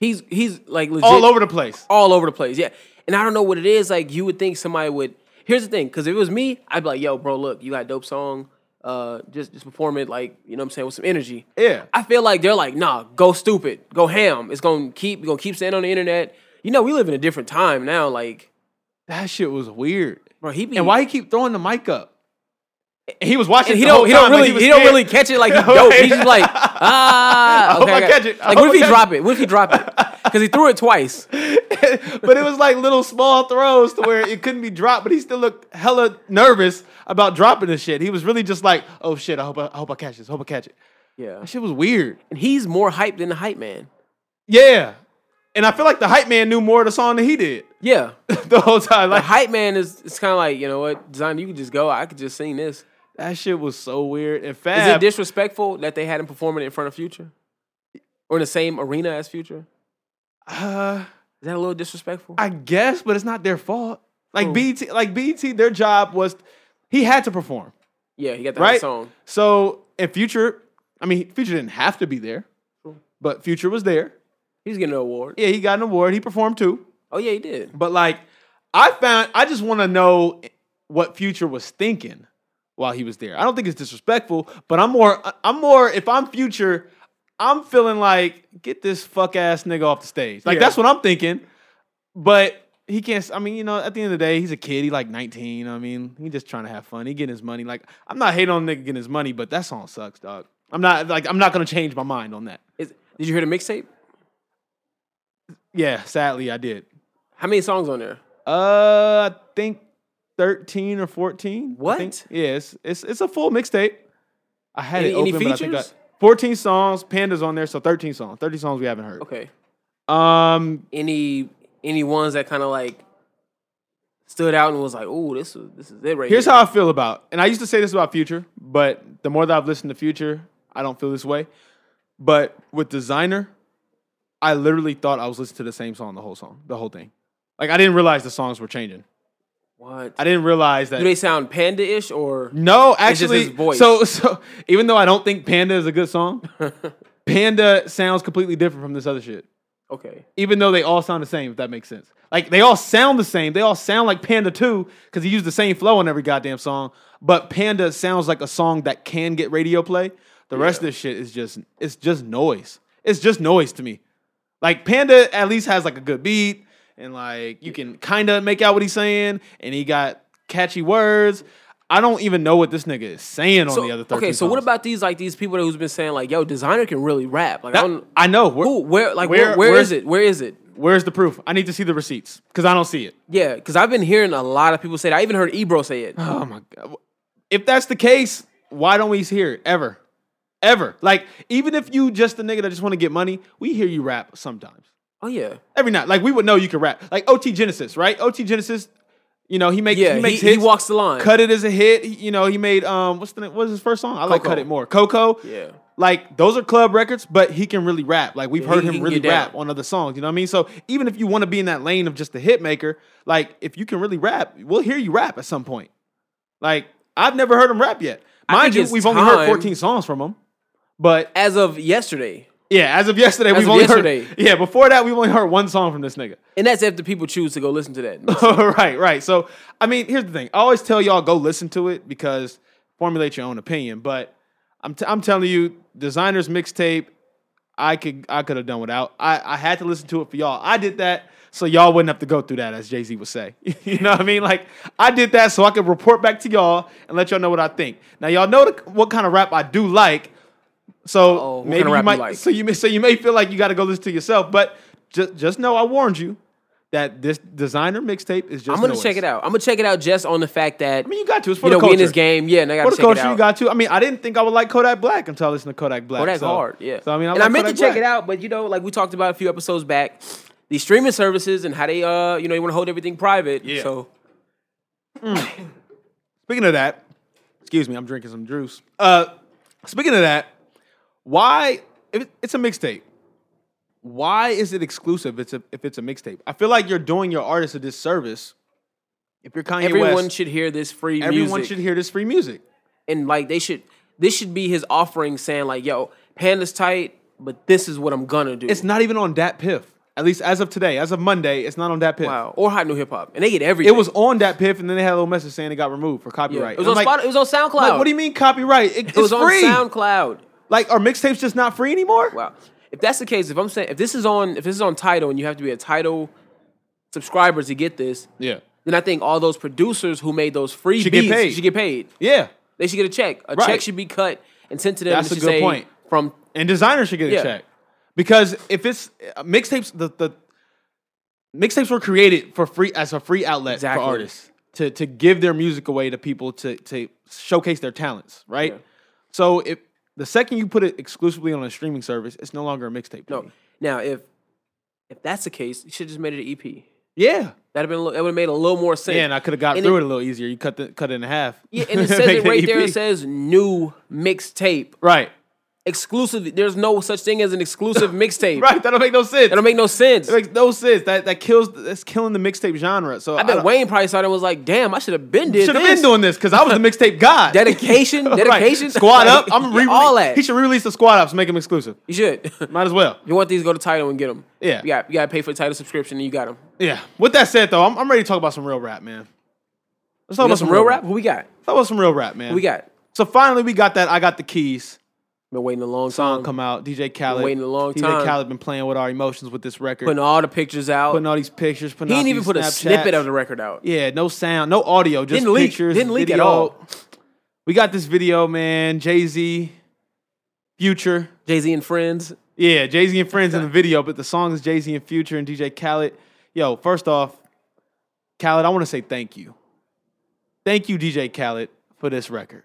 Speaker 2: He's he's like legit,
Speaker 3: all over the place.
Speaker 2: all over the place. Yeah, and I don't know what it is. Like you would think somebody would. Here's the thing, because if it was me, I'd be like, "Yo, bro, look, you got a dope song. Uh, just just perform it like you know what I'm saying with some energy."
Speaker 3: Yeah.
Speaker 2: I feel like they're like, "Nah, go stupid, go ham. It's gonna keep gonna keep staying on the internet." You know, we live in a different time now. Like,
Speaker 3: That shit was weird.
Speaker 2: bro, he be
Speaker 3: And why he keep throwing the mic up? And he was watching.
Speaker 2: And he
Speaker 3: the
Speaker 2: don't
Speaker 3: whole
Speaker 2: he don't
Speaker 3: time, like
Speaker 2: really
Speaker 3: was
Speaker 2: he, don't
Speaker 3: scared.
Speaker 2: really catch it like he's
Speaker 3: Right.
Speaker 2: dope. He's just like ah.
Speaker 3: hope
Speaker 2: okay,
Speaker 3: I
Speaker 2: got
Speaker 3: catch it. I
Speaker 2: Like
Speaker 3: hope
Speaker 2: what if
Speaker 3: I
Speaker 2: he
Speaker 3: catch
Speaker 2: drop it? What if he drop it? Because he threw it twice.
Speaker 3: but it was like little small throws to where it couldn't be dropped, but he still looked hella nervous about dropping this shit. He was really just like, oh shit, I hope I, I hope I catch this, hope I catch it.
Speaker 2: Yeah,
Speaker 3: That shit was weird.
Speaker 2: and he's more hyped than the hype man.
Speaker 3: Yeah. And I feel like the hype man knew more of the song than he did
Speaker 2: Yeah,
Speaker 3: the whole time.
Speaker 2: the
Speaker 3: Like
Speaker 2: hype man is it's kind of like you know what, Zion, you could just go. I could just sing this.
Speaker 3: that shit was so weird. And
Speaker 2: Is
Speaker 3: Fab,
Speaker 2: it disrespectful that they had him performing in front of Future or in the same arena as Future?
Speaker 3: uh,
Speaker 2: Is that a little disrespectful?
Speaker 3: I guess, but it's not their fault. Like BT, like BT, their job was he had to perform.
Speaker 2: yeah, he got that
Speaker 3: right?
Speaker 2: song.
Speaker 3: So and Future, I mean, Future didn't have to be there, but Future was there.
Speaker 2: He's getting an award.
Speaker 3: Yeah, he got an award. He performed too.
Speaker 2: Oh yeah, he did.
Speaker 3: But like, I found I just want to know what Future was thinking while he was there. I don't think it's disrespectful, but I'm more I'm more if I'm Future, I'm feeling like get this fuck ass nigga off the stage. Like
Speaker 2: Yeah.
Speaker 3: that's what I'm thinking. But he can't. s- I mean, you know, at the end of the day, he's a kid. He like 19. I mean, he just trying to have fun. He getting his money. Like I'm not hating on the nigga getting his money, but that song sucks, dog. I'm not like I'm not gonna change my mind on that.
Speaker 2: Is, did you hear the mixtape?
Speaker 3: Yeah, sadly, I did.
Speaker 2: How many songs on there?
Speaker 3: Uh, I think thirteen or fourteen. I think.
Speaker 2: What?
Speaker 3: Yeah, it's it's, it's a full mixtape. I had it
Speaker 2: Any- any
Speaker 3: open, but I think I,
Speaker 2: features?
Speaker 3: fourteen songs. Panda's on there, so thirteen songs. Thirteen songs we haven't heard.
Speaker 2: Okay.
Speaker 3: Um,
Speaker 2: Any any ones that kind of like stood out and was like, "Ooh, this is this is it right
Speaker 3: here's
Speaker 2: here."
Speaker 3: how I feel about, and I used to say this about Future, but the more that I've listened to Future, I don't feel this way. But with Designer, I literally thought I was listening to the same song the whole song, the whole thing. Like I didn't realize the songs were changing.
Speaker 2: what?
Speaker 3: I didn't realize that
Speaker 2: Do they sound panda-ish or
Speaker 3: No,
Speaker 2: just
Speaker 3: actually,
Speaker 2: his voice.
Speaker 3: so so even though I don't think Panda is a good song, Panda sounds completely different from this other shit.
Speaker 2: okay?
Speaker 3: Even though they all sound the same, if that makes sense. Like they all sound the same. They all sound like Panda too, because he used the same flow on every goddamn song. But Panda sounds like a song that can get radio play. The rest of this shit is just it's just noise. It's just noise to me. Like Panda at least has like a good beat and like you can kind of make out what he's saying and he got catchy words. I don't even know what this nigga is saying on the other 13
Speaker 2: okay, so what
Speaker 3: songs.
Speaker 2: about these like these people who's been saying like, "Yo, designer can really rap." Like, I
Speaker 3: that,
Speaker 2: don't,
Speaker 3: I know where,
Speaker 2: who, where like
Speaker 3: Where-
Speaker 2: where, where
Speaker 3: where-
Speaker 2: is it? Where is it?
Speaker 3: where's the proof? I need to see the receipts cuz I don't see it.
Speaker 2: Yeah, because I've been hearing a lot of people say that. I even heard Ebro say it.
Speaker 3: Oh my god. If that's the case, why don't we hear it ever? Ever. Like even if you just the nigga that just want to get money, we hear you rap sometimes.
Speaker 2: Oh yeah,
Speaker 3: Every night. Like we would know you can rap. Like OT Genesis, right? OT Genesis you know, he makes
Speaker 2: yeah.
Speaker 3: he
Speaker 2: He,
Speaker 3: makes
Speaker 2: he
Speaker 3: hits.
Speaker 2: walks the line.
Speaker 3: Cut It is a hit. He- You know, he made um what's the name- what was his first song? I like
Speaker 2: Coco.
Speaker 3: Cut It more. Coco.
Speaker 2: Yeah.
Speaker 3: Like those are club records, but he can really rap. Like we've
Speaker 2: Yeah,
Speaker 3: heard
Speaker 2: he- he
Speaker 3: him
Speaker 2: can
Speaker 3: really
Speaker 2: get down.
Speaker 3: rap on other songs. You know what I mean? So even if you want to be in that lane of just a hit maker, like if you can really rap, we'll hear you rap at some point. Like I've never heard him rap yet. Mind
Speaker 2: think
Speaker 3: you,
Speaker 2: it's
Speaker 3: we've only heard
Speaker 2: time-
Speaker 3: 14 songs from him. But
Speaker 2: As of yesterday,
Speaker 3: yeah, as of yesterday, we've
Speaker 2: of
Speaker 3: only
Speaker 2: yesterday.
Speaker 3: heard. Yeah, before that, we've only heard one song from this nigga.
Speaker 2: and that's if the people choose to go listen to that.
Speaker 3: right, right. So, I mean, here's the thing. I always tell y'all go listen to it because formulate your own opinion. But I'm, t- I'm telling you, designers mixtape, I could I could have done without. I, I had to listen to it for y'all. I did that so y'all wouldn't have to go through that, as Jay Z would say. you know what I mean? Like I did that so I could report back to y'all and let y'all know what I think. Now y'all know the, what kind of rap I do like. So
Speaker 2: what
Speaker 3: maybe
Speaker 2: kind of rap
Speaker 3: you
Speaker 2: you
Speaker 3: might
Speaker 2: like?
Speaker 3: so you may so you may feel like you got to go listen to yourself, but just just know I warned you that this designer mixtape is just.
Speaker 2: I'm gonna check it out. I'm gonna check it out just on the fact that
Speaker 3: I mean, you got to. It's for
Speaker 2: you
Speaker 3: the
Speaker 2: know
Speaker 3: culture.
Speaker 2: we in this game. Yeah, and I
Speaker 3: For
Speaker 2: gotta
Speaker 3: the
Speaker 2: check it
Speaker 3: culture, you
Speaker 2: out.
Speaker 3: got to. I mean, I didn't think I would like Kodak Black until I listened to Kodak Black.
Speaker 2: Kodak's
Speaker 3: so-
Speaker 2: Oh, hard. Yeah.
Speaker 3: So I mean, I
Speaker 2: and
Speaker 3: like
Speaker 2: I meant
Speaker 3: Kodak
Speaker 2: to check
Speaker 3: Black.
Speaker 2: it out, but you know, like we talked about a few episodes back, these streaming services and how they uh you know you want to hold everything private.
Speaker 3: Yeah.
Speaker 2: So
Speaker 3: Speaking of that, excuse me, I'm drinking some juice. Uh, speaking of that, why? If it- it's a mixtape. why is it exclusive? It's a, if it's a mixtape, I feel like you're doing your artist a disservice. If you're Kanye
Speaker 2: Everyone
Speaker 3: West,
Speaker 2: should hear this free
Speaker 3: everyone
Speaker 2: music.
Speaker 3: should hear this free music.
Speaker 2: and like they should this should be his offering saying like yo panda's tight but this is what i'm gonna do
Speaker 3: It's not even on Dat Piff. At least as of today, as of Monday, it's not on Dat Piff.
Speaker 2: wow or hot new hip-hop and they get everything
Speaker 3: It was on Dat Piff, and then they had a little message saying it got removed for
Speaker 2: Yeah.
Speaker 3: copyright.
Speaker 2: it was
Speaker 3: I'm
Speaker 2: on
Speaker 3: like,
Speaker 2: Spot- it was on soundcloud
Speaker 3: I'm like, what do you mean copyright? It,
Speaker 2: it was
Speaker 3: it's
Speaker 2: on
Speaker 3: free.
Speaker 2: soundcloud
Speaker 3: Like, are mixtapes just not free anymore?
Speaker 2: wow if that's the case if i'm saying if this is on if this is on title and you have to be a title subscriber to get this
Speaker 3: Yeah.
Speaker 2: then i think all those producers who made those free
Speaker 3: Should get
Speaker 2: beats
Speaker 3: paid.
Speaker 2: should get paid
Speaker 3: Yeah.
Speaker 2: they should get a check a
Speaker 3: Right.
Speaker 2: check should be cut and sent to them
Speaker 3: That's
Speaker 2: and
Speaker 3: a
Speaker 2: should
Speaker 3: good
Speaker 2: say,
Speaker 3: point.
Speaker 2: from
Speaker 3: And designers should get a
Speaker 2: Yeah.
Speaker 3: check. Because if it's uh, mixtapes, the, the mixtapes were created for free as a free outlet
Speaker 2: Exactly.
Speaker 3: for artists to, to give their music away to people to, to showcase their talents, right?
Speaker 2: Yeah.
Speaker 3: So if the second you put it exclusively on a streaming service, it's no longer a mixtape. to
Speaker 2: no
Speaker 3: me.
Speaker 2: now if if that's the case you should have just made it an ep
Speaker 3: Yeah.
Speaker 2: That'd have been a little- that would have made a little more sense.
Speaker 3: Yeah, and I could have got
Speaker 2: And
Speaker 3: through
Speaker 2: it-
Speaker 3: it, a little easier. You cut the cut it in half.
Speaker 2: Yeah, and it says
Speaker 3: Make E
Speaker 2: it right
Speaker 3: an
Speaker 2: there.
Speaker 3: EP.
Speaker 2: It says new mixtape
Speaker 3: right,
Speaker 2: exclusive. There's no such thing as an exclusive mixtape.
Speaker 3: right. That'll make no sense.
Speaker 2: That'll make no sense.
Speaker 3: That makes no sense. That that kills. That's killing the mixtape genre. So
Speaker 2: I bet Wayne probably saw it and was like, "Damn, I should have been did
Speaker 3: should have
Speaker 2: this."
Speaker 3: been doing this because I was the mixtape god.
Speaker 2: dedication,
Speaker 3: Right.
Speaker 2: dedication,
Speaker 3: Squad up. I'm
Speaker 2: Yeah,
Speaker 3: re-
Speaker 2: all that.
Speaker 3: He should re-release the squad ups. Make them exclusive.
Speaker 2: you should.
Speaker 3: Might as well.
Speaker 2: you want these? Go to title and get them.
Speaker 3: Yeah.
Speaker 2: You got you got to pay for the title subscription and you got them.
Speaker 3: Yeah. With that said, though, I'm, I'm ready to talk about some real rap, man. Let's talk
Speaker 2: You
Speaker 3: about
Speaker 2: got some real rap. Who we got?
Speaker 3: Let's talk about some real rap, man.
Speaker 2: Who we got?
Speaker 3: So finally, we got that. I got the keys.
Speaker 2: Been waiting a long
Speaker 3: Song
Speaker 2: time.
Speaker 3: come out. DJ Khaled.
Speaker 2: waiting a long
Speaker 3: DJ
Speaker 2: time.
Speaker 3: Khaled been playing with our emotions with this record.
Speaker 2: Putting all the pictures out.
Speaker 3: putting all these pictures. Putting
Speaker 2: he
Speaker 3: out
Speaker 2: didn't even
Speaker 3: these
Speaker 2: put a
Speaker 3: Snapchats.
Speaker 2: snippet of the record out.
Speaker 3: Yeah, no sound, no audio, just
Speaker 2: Didn't leak.
Speaker 3: pictures.
Speaker 2: Didn't leak at
Speaker 3: video.
Speaker 2: all.
Speaker 3: We got this video, man. Jay Z, Future.
Speaker 2: Jay Z and friends.
Speaker 3: Yeah, Jay Z and friends in the video, but the song is Jay Z and Future and DJ Khaled. Yo, first off, Khaled, I want to say thank you. Thank you, DJ Khaled, for this record.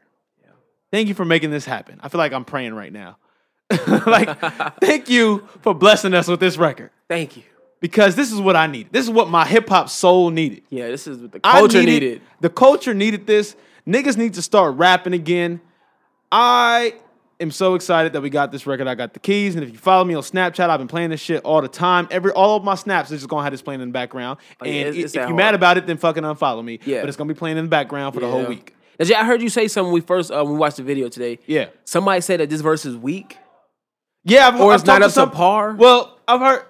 Speaker 3: Thank you for making this happen. I feel like I'm praying right now. like, thank you for blessing us with this record
Speaker 2: Thank you.
Speaker 3: because this is what I needed. This is what my hip hop soul needed.
Speaker 2: Yeah, this is what the
Speaker 3: I
Speaker 2: culture needed.
Speaker 3: The culture needed this. Niggas need to start rapping again. I am so excited that we got this record. I got the keys, and if you follow me on Snapchat, I've been playing this shit all the time. Every all of my snaps is just gonna have this playing in the background.
Speaker 2: Oh, yeah,
Speaker 3: and
Speaker 2: it's- it's
Speaker 3: if
Speaker 2: that
Speaker 3: you're mad
Speaker 2: hard.
Speaker 3: about it, then fucking unfollow me.
Speaker 2: Yeah.
Speaker 3: but it's gonna be playing in the background for the whole
Speaker 2: Yeah.
Speaker 3: week.
Speaker 2: Now, Jay, I heard you say something when we first uh, when we watched the video today.
Speaker 3: Yeah.
Speaker 2: Somebody said that this verse is weak.
Speaker 3: Yeah, I've,
Speaker 2: Or
Speaker 3: I've
Speaker 2: it's not
Speaker 3: talked
Speaker 2: up to
Speaker 3: some-
Speaker 2: par?
Speaker 3: Well, I've heard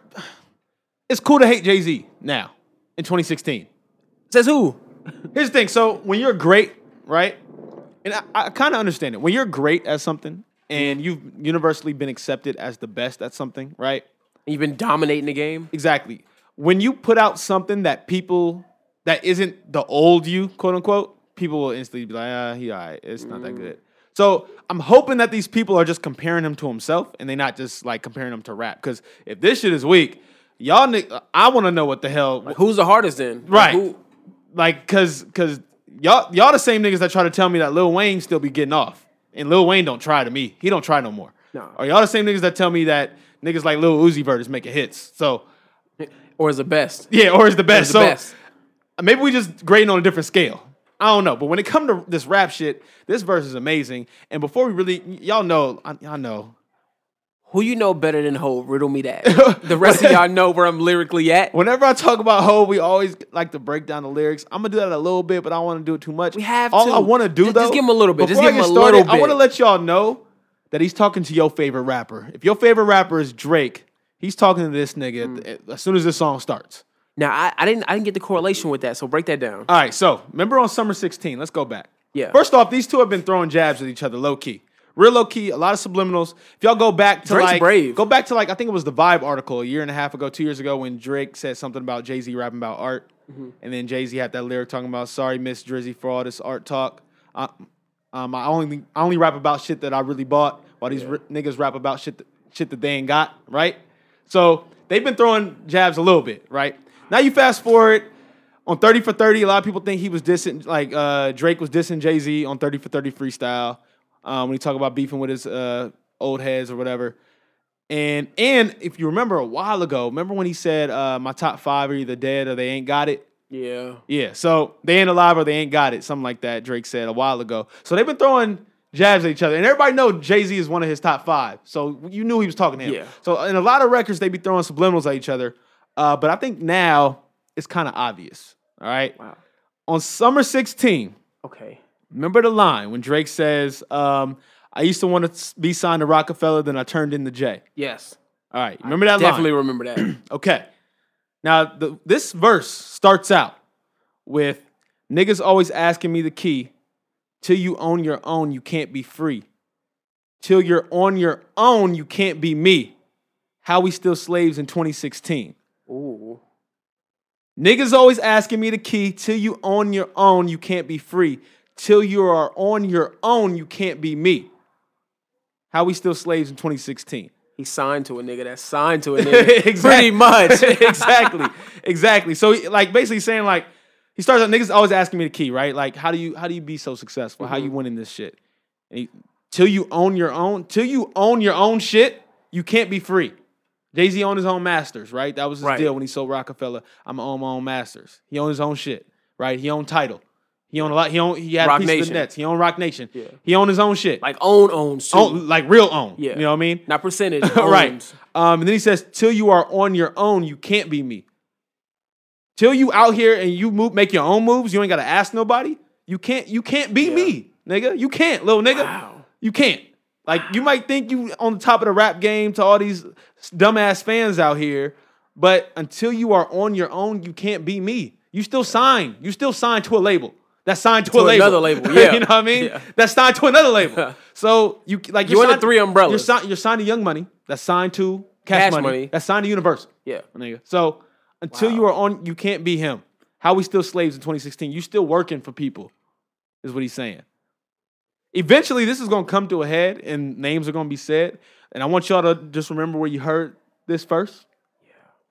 Speaker 3: it's cool to hate Jay Z now in 2016.
Speaker 2: Says who?
Speaker 3: Here's the thing. So when you're great, right? And I, I kind of understand it. When you're great at something and you've universally been accepted as the best at something, right?
Speaker 2: You've been dominating the game.
Speaker 3: Exactly. When you put out something that people that isn't the old you, quote unquote, people will instantly be like, ah, he all right. It's not that good. So I'm hoping that these people are just comparing him to himself and they not just like comparing him to rap. Because if this shit is weak, y'all, ni- I want to know what the hell
Speaker 2: Who's the hardest then? Like,
Speaker 3: Right.
Speaker 2: who-
Speaker 3: like cause cause y'all y'all the same niggas that try to tell me that Lil Wayne still be getting off. And Lil Wayne don't try to me. He don't try no more.
Speaker 2: No.
Speaker 3: Are y'all the same niggas that tell me that niggas like Lil Uzi Vert is making hits? So
Speaker 2: or is the best?
Speaker 3: yeah, or is the best.
Speaker 2: Is the
Speaker 3: so
Speaker 2: best.
Speaker 3: maybe we just grading on a different scale. I don't know, but when it comes to this rap shit, this verse is amazing. And before we really, y'all know, I, y'all know
Speaker 2: Who you know better than Ho? Riddle me that. the rest of y'all know where I'm lyrically at.
Speaker 3: Whenever I talk about hoe, we always like to break down the lyrics. I'm gonna do that a little bit, but I don't want to do it too much. We
Speaker 2: have
Speaker 3: All
Speaker 2: to.
Speaker 3: I want to do
Speaker 2: Just-
Speaker 3: though.
Speaker 2: just give him a little bit. Just
Speaker 3: before I
Speaker 2: give him
Speaker 3: get
Speaker 2: a little
Speaker 3: I want to
Speaker 2: bit.
Speaker 3: let y'all know that he's talking to your favorite rapper. If your favorite rapper is Drake, he's talking to this nigga
Speaker 2: Mm.
Speaker 3: at the- as soon as this song starts.
Speaker 2: Now I, I didn't I didn't get the correlation with that, so break that down.
Speaker 3: All right, so remember on Summer 16, let's go back.
Speaker 2: Yeah.
Speaker 3: First off, these two have been throwing jabs at each other, low key. Real low key, a lot of subliminals. If y'all go back to
Speaker 2: Drake's
Speaker 3: like
Speaker 2: brave.
Speaker 3: go back to like I think it was the Vibe article a year and a half ago, two years ago, when Drake said something about Jay-Z rapping about art. And then Jay-Z had that lyric talking about sorry, Miss Drizzy, for all this art talk. I, um, I only I only rap about shit that I really bought, while these ri- niggas rap about shit that, shit that they ain't got, right? So they've been throwing jabs a little bit, right? Now you fast forward on 30 for 30, a lot of people think he was dissing, like uh, Drake was dissing Jay Z on 30 for 30 freestyle um, when he talk about beefing with his uh, old heads or whatever. And and if you remember a while ago, remember when he said uh, my top five are either dead or they ain't got it.
Speaker 2: Yeah.
Speaker 3: Yeah, so they ain't alive or they ain't got it, something like that. Drake said a while ago. So they've been throwing jabs at each other. And everybody know Jay Z is one of his top five, so you knew he was talking to him.
Speaker 2: Yeah.
Speaker 3: So in a lot of records, they be throwing subliminals at each other. Uh, but I think now it's kind of obvious. All right.
Speaker 2: Wow.
Speaker 3: On summer 16,
Speaker 2: Okay.
Speaker 3: remember the line when Drake says, um, "I used to want to be signed to Rockefeller, then I turned into Jay."
Speaker 2: Yes.
Speaker 3: All right, remember that line?
Speaker 2: Definitely remember that.
Speaker 3: Okay. Now, the, this verse starts out with niggas always asking me the key. Till you own your own, you can't be free. Till you're on your own, you can't be me. How we still slaves in 2016.
Speaker 2: Ooh.
Speaker 3: Niggas always asking me the key. Till you own your own, you can't be free. Till you are on your own, you can't be me. How we still slaves in 2016.
Speaker 2: He signed to a nigga that's signed to a nigga.
Speaker 3: Exact-
Speaker 2: Pretty much.
Speaker 3: exactly, exactly. So like basically saying like he starts out niggas always asking me the key, right? Like how do you how do you be so successful? How you
Speaker 2: Mm-hmm.
Speaker 3: winning this shit? And he, till you own your own, till you own your own shit, you can't be free. Jay Z owned his own masters, right? That was his
Speaker 2: Right.
Speaker 3: deal when he sold Rockefeller. I'm gonna own my own masters. He owned his own shit, right? He owned title. He owned a lot. He owned he had a
Speaker 2: Roc
Speaker 3: piece of the
Speaker 2: Nation.
Speaker 3: Nets. He owned Rock Nation. He owned his own shit, like
Speaker 2: Like own owns too.
Speaker 3: own, like real own.
Speaker 2: Yeah.
Speaker 3: you know what I mean?
Speaker 2: Not percentage.
Speaker 3: All Oh, right.
Speaker 2: owns.
Speaker 3: Um, and then he says, "Till you are on your own, you can't be me. Till you out here and you move, make your own moves. You ain't gotta ask nobody. You can't. You can't be me, nigga. You can't, little nigga.
Speaker 2: Wow.
Speaker 3: You can't. Like you might think you on the top of the rap game to all these dumbass fans out here, but until you are on your own, you can't be me. You still sign. You still signed to a label. That's signed to, a
Speaker 2: To
Speaker 3: label.
Speaker 2: another label, yeah.
Speaker 3: you know what I mean?
Speaker 2: Yeah.
Speaker 3: That's signed to another label. so you like
Speaker 2: You under three umbrellas.
Speaker 3: You're, sign- you're signed to Young Money. That's signed to Cash,
Speaker 2: Cash
Speaker 3: money.
Speaker 2: Money.
Speaker 3: That's signed to Universal.
Speaker 2: Yeah.
Speaker 3: Nigga. So until you are on, you can't be him. How we still slaves in 2016? You still working for people, is what he's saying. Eventually, this is gonna come to a head, and names are gonna be said. And I want y'all to just remember where you heard this first.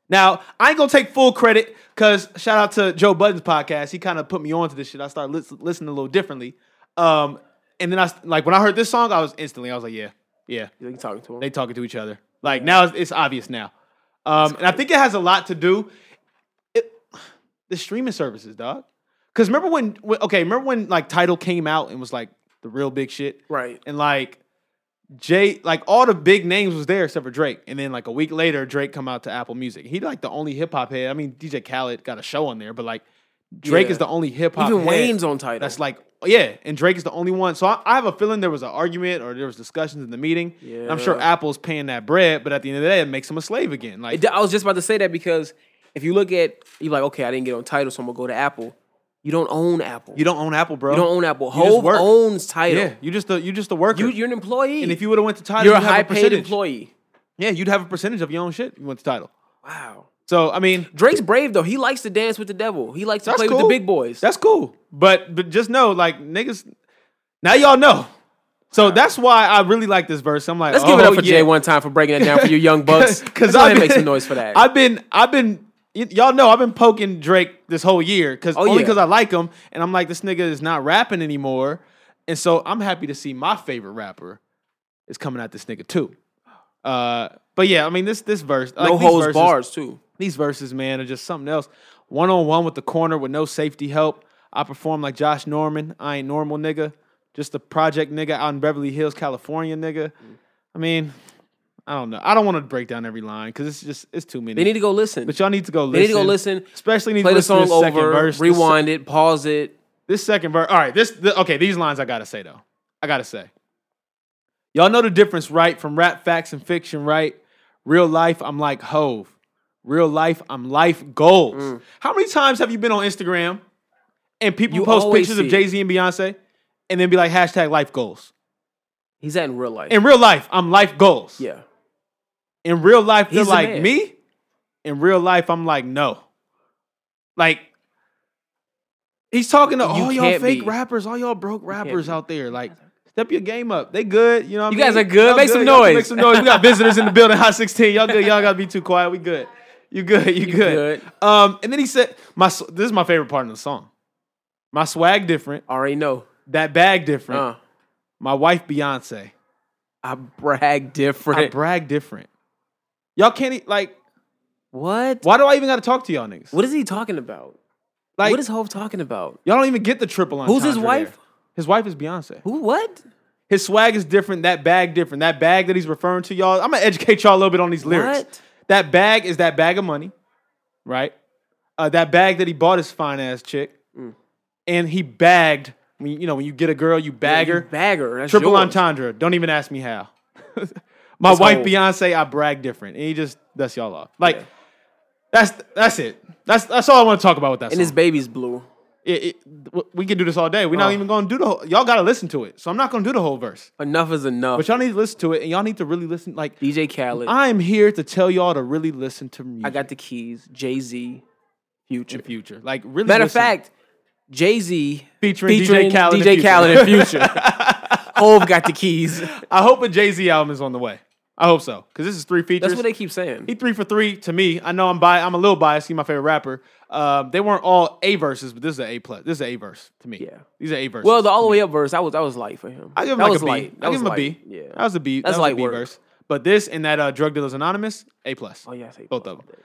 Speaker 3: Now, I ain't gonna take full credit because shout out to Joe Budden's podcast. He kind of put me onto this shit. I started lis- listening a little differently. Um, and then I s- like when I heard this song, I was instantly, I was like, yeah, yeah,
Speaker 2: You think you talking to him?
Speaker 3: they talking to each other. Like now, it's, it's obvious now, um, and I think it has a lot to do it the streaming services, dog. Because remember when, when okay, remember when like Title came out and was like the real big shit,
Speaker 2: right.
Speaker 3: and like Jay, like all the big names was there except for Drake. And then like a week later, Drake come out to Apple Music. He like the only hip hop head. I mean, DJ Khaled got a show on there, but like Drake
Speaker 2: Yeah.
Speaker 3: is the only hip hop.
Speaker 2: Even
Speaker 3: head
Speaker 2: Wayne's on title.
Speaker 3: That's like yeah, and Drake is the only one. So I, I have a feeling there was an argument or there was discussions in the meeting. And I'm sure
Speaker 2: Yeah.
Speaker 3: Apple's paying that bread, but at the end of the day, it makes him a slave again. Like
Speaker 2: I was just about to say that because if you look at you're like, okay, I didn't get on title, so I'm gonna go to Apple. You don't own Apple.
Speaker 3: you don't own Apple, bro.
Speaker 2: You don't own Apple.
Speaker 3: You just
Speaker 2: Hove
Speaker 3: work.
Speaker 2: owns title.
Speaker 3: Yeah, you just a you just a worker.
Speaker 2: You, you're an employee.
Speaker 3: and if you would have went to title,
Speaker 2: you're a
Speaker 3: you'd have
Speaker 2: high paid
Speaker 3: percentage.
Speaker 2: employee.
Speaker 3: Yeah, you'd have a percentage of your own shit. if You went to title.
Speaker 2: Wow.
Speaker 3: So I mean,
Speaker 2: Drake's brave though. He likes to dance with the devil. He likes to
Speaker 3: That's
Speaker 2: play with
Speaker 3: cool.
Speaker 2: the big boys.
Speaker 3: That's cool. But but just know, like niggas, now y'all know. So that's why I really like this verse. I'm like, oh,
Speaker 2: Let's give it up for
Speaker 3: yeah.
Speaker 2: Jay one time for breaking that down for you young bucks. Because
Speaker 3: I've
Speaker 2: I make
Speaker 3: been-
Speaker 2: some noise for that.
Speaker 3: I've been, I've been, y- y'all know, I've been poking Drake this whole year because only
Speaker 2: Oh, yeah.
Speaker 3: because I like him, and I'm like, this nigga is not rapping anymore, and so I'm happy to see my favorite rapper is coming at this nigga too. Uh, but yeah, I mean this this verse, like
Speaker 2: no
Speaker 3: these
Speaker 2: holds
Speaker 3: verses-
Speaker 2: bars too.
Speaker 3: these verses, man, are just something else. One on one with the corner with no safety help. I perform like Josh Norman. I ain't normal, nigga. Just a project nigga out in Beverly Hills, California, nigga.
Speaker 2: Mm.
Speaker 3: I mean, I don't know. I don't want to break down every line because it's just it's too many.
Speaker 2: They need to go listen.
Speaker 3: but y'all need to go listen.
Speaker 2: They need to go listen.
Speaker 3: Especially need
Speaker 2: play
Speaker 3: to
Speaker 2: the
Speaker 3: listen
Speaker 2: song
Speaker 3: to this second
Speaker 2: over,
Speaker 3: verse. This-
Speaker 2: rewind it, pause it.
Speaker 3: this second verse. All right, this the, okay. These lines I gotta say though. I gotta say. Y'all know the difference, right? From rap facts and fiction, right? Real life, I'm like Hove. Real life, I'm life goals.
Speaker 2: Mm.
Speaker 3: How many times have you been on Instagram and people
Speaker 2: You
Speaker 3: post
Speaker 2: always
Speaker 3: pictures of
Speaker 2: see it.
Speaker 3: Jay Z and Beyonce and then be like hashtag life goals?
Speaker 2: He's that in real life.
Speaker 3: In real life, I'm life goals.
Speaker 2: yeah.
Speaker 3: In real life, they're
Speaker 2: He's the
Speaker 3: like
Speaker 2: man.
Speaker 3: me. In real life, I'm like no. Like he's talking to all y'all
Speaker 2: can't
Speaker 3: fake
Speaker 2: be.
Speaker 3: rappers, all y'all broke rappers
Speaker 2: be.
Speaker 3: out there. Like step your game up. They good. You know what
Speaker 2: You
Speaker 3: I mean?
Speaker 2: guys are good.
Speaker 3: Y'all
Speaker 2: Make some
Speaker 3: Y'all can
Speaker 2: noise.
Speaker 3: Make some noise. We got visitors in the building. Hot 16. Y'all good. Y'all gotta be too quiet. We good. You good. You, good.
Speaker 2: good.
Speaker 3: Um, and then he said, "My s- this is my favorite part of the song. My swag different.
Speaker 2: Already know.
Speaker 3: That bag different.
Speaker 2: Uh,
Speaker 3: My wife Beyonce."
Speaker 2: I brag
Speaker 3: I
Speaker 2: different.
Speaker 3: brag different. Y'all can't e- like.
Speaker 2: what?
Speaker 3: Why do I even got to talk to y'all niggas?
Speaker 2: What is he talking about?
Speaker 3: Like,
Speaker 2: what is Hove talking about?
Speaker 3: Y'all don't even get the triple on.
Speaker 2: Who's his wife?
Speaker 3: His wife is Beyonce.
Speaker 2: Who? What?
Speaker 3: His swag is different. That bag different. That bag that he's referring to, y'all. I'm gonna educate y'all a little bit on these lyrics.
Speaker 2: What?
Speaker 3: That bag is that bag of money, right? Uh, that bag that he bought his fine ass chick,
Speaker 2: Mm.
Speaker 3: and he bagged. I mean, you know, when you get a girl, you bag
Speaker 2: You
Speaker 3: her.
Speaker 2: bagger. That's
Speaker 3: Triple
Speaker 2: yours.
Speaker 3: entendre. Don't even ask me how. My
Speaker 2: Let's
Speaker 3: wife
Speaker 2: go.
Speaker 3: Beyonce, I brag different. And he just that's y'all off. Like that's that's it. That's that's all I want to talk about with that
Speaker 2: And his
Speaker 3: song.
Speaker 2: baby's blue.
Speaker 3: It- it- w- we can do this all day. We're not
Speaker 2: Oh.
Speaker 3: even gonna do the whole, y'all gotta listen to it. So I'm not gonna do the whole verse.
Speaker 2: Enough is enough.
Speaker 3: But y'all need to listen to it and y'all need to really listen. Like
Speaker 2: DJ Khaled. i
Speaker 3: I am here to tell y'all to really listen to music.
Speaker 2: got the keys. Jay Z.
Speaker 3: in
Speaker 2: Future.
Speaker 3: future. Like really
Speaker 2: Matter of
Speaker 3: listen.
Speaker 2: fact, Jay Z
Speaker 3: Featuring DJ Khaled and
Speaker 2: DJ
Speaker 3: Future.
Speaker 2: Khaled and Future. Hove got the keys.
Speaker 3: I hope a Jay-Z album is on the way. I hope so. Cause this is three features.
Speaker 2: That's what they keep saying.
Speaker 3: He three for three to me. I know I'm bi- I'm a little biased. He's my favorite rapper. Um, they weren't all A verses, but this is an A plus. This is an A verse to me.
Speaker 2: Yeah.
Speaker 3: these are A verses.
Speaker 2: Well, the all the way up verse, I was I was light for him.
Speaker 3: I give him
Speaker 2: that
Speaker 3: like
Speaker 2: was
Speaker 3: a B.
Speaker 2: light. That
Speaker 3: I
Speaker 2: was
Speaker 3: give him a
Speaker 2: light.
Speaker 3: B.
Speaker 2: Yeah,
Speaker 3: that was a B.
Speaker 2: That's
Speaker 3: that was
Speaker 2: light
Speaker 3: a B
Speaker 2: work.
Speaker 3: verse. But this and that uh, Drug Dealers Anonymous, A plus.
Speaker 2: Oh yeah, I say
Speaker 3: both
Speaker 2: plus
Speaker 3: of
Speaker 2: all
Speaker 3: them.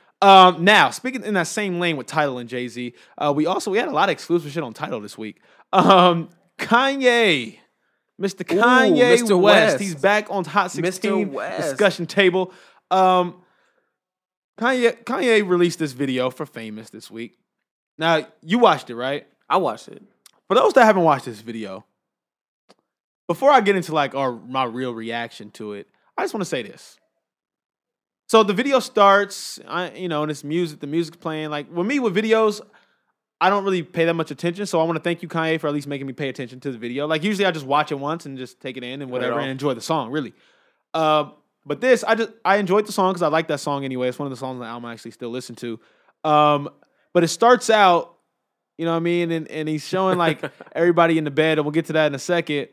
Speaker 2: day.
Speaker 3: Um, now speaking in that same lane with Title and Jay Z, uh, we also we had a lot of exclusive shit on Title this week. Um, Kanye. Mr. Kanye
Speaker 2: Mr.
Speaker 3: West.
Speaker 2: West.
Speaker 3: he's back on Hot 16
Speaker 2: West.
Speaker 3: discussion table. Um, Kanye Kanye released this video for Famous this week. Now you watched it, right?
Speaker 2: I watched it.
Speaker 3: For those that haven't watched this video, before I get into like our my real reaction to it, I just want to say this. So the video starts, I, you know, and it's music. The music's playing. Like with me with videos, I don't really pay that much attention. So I want to thank you, Kanye, for at least making me pay attention to the video. Like usually, I just watch it once and just take it in and whatever,
Speaker 2: all.
Speaker 3: and enjoy the song really. Um, but this, I just I enjoyed the song because I like that song anyway. It's one of the songs on the album I actually still listen to. Um, but it starts out, you know what I mean, and, and he's showing like everybody in the bed, and we'll get to that in a second.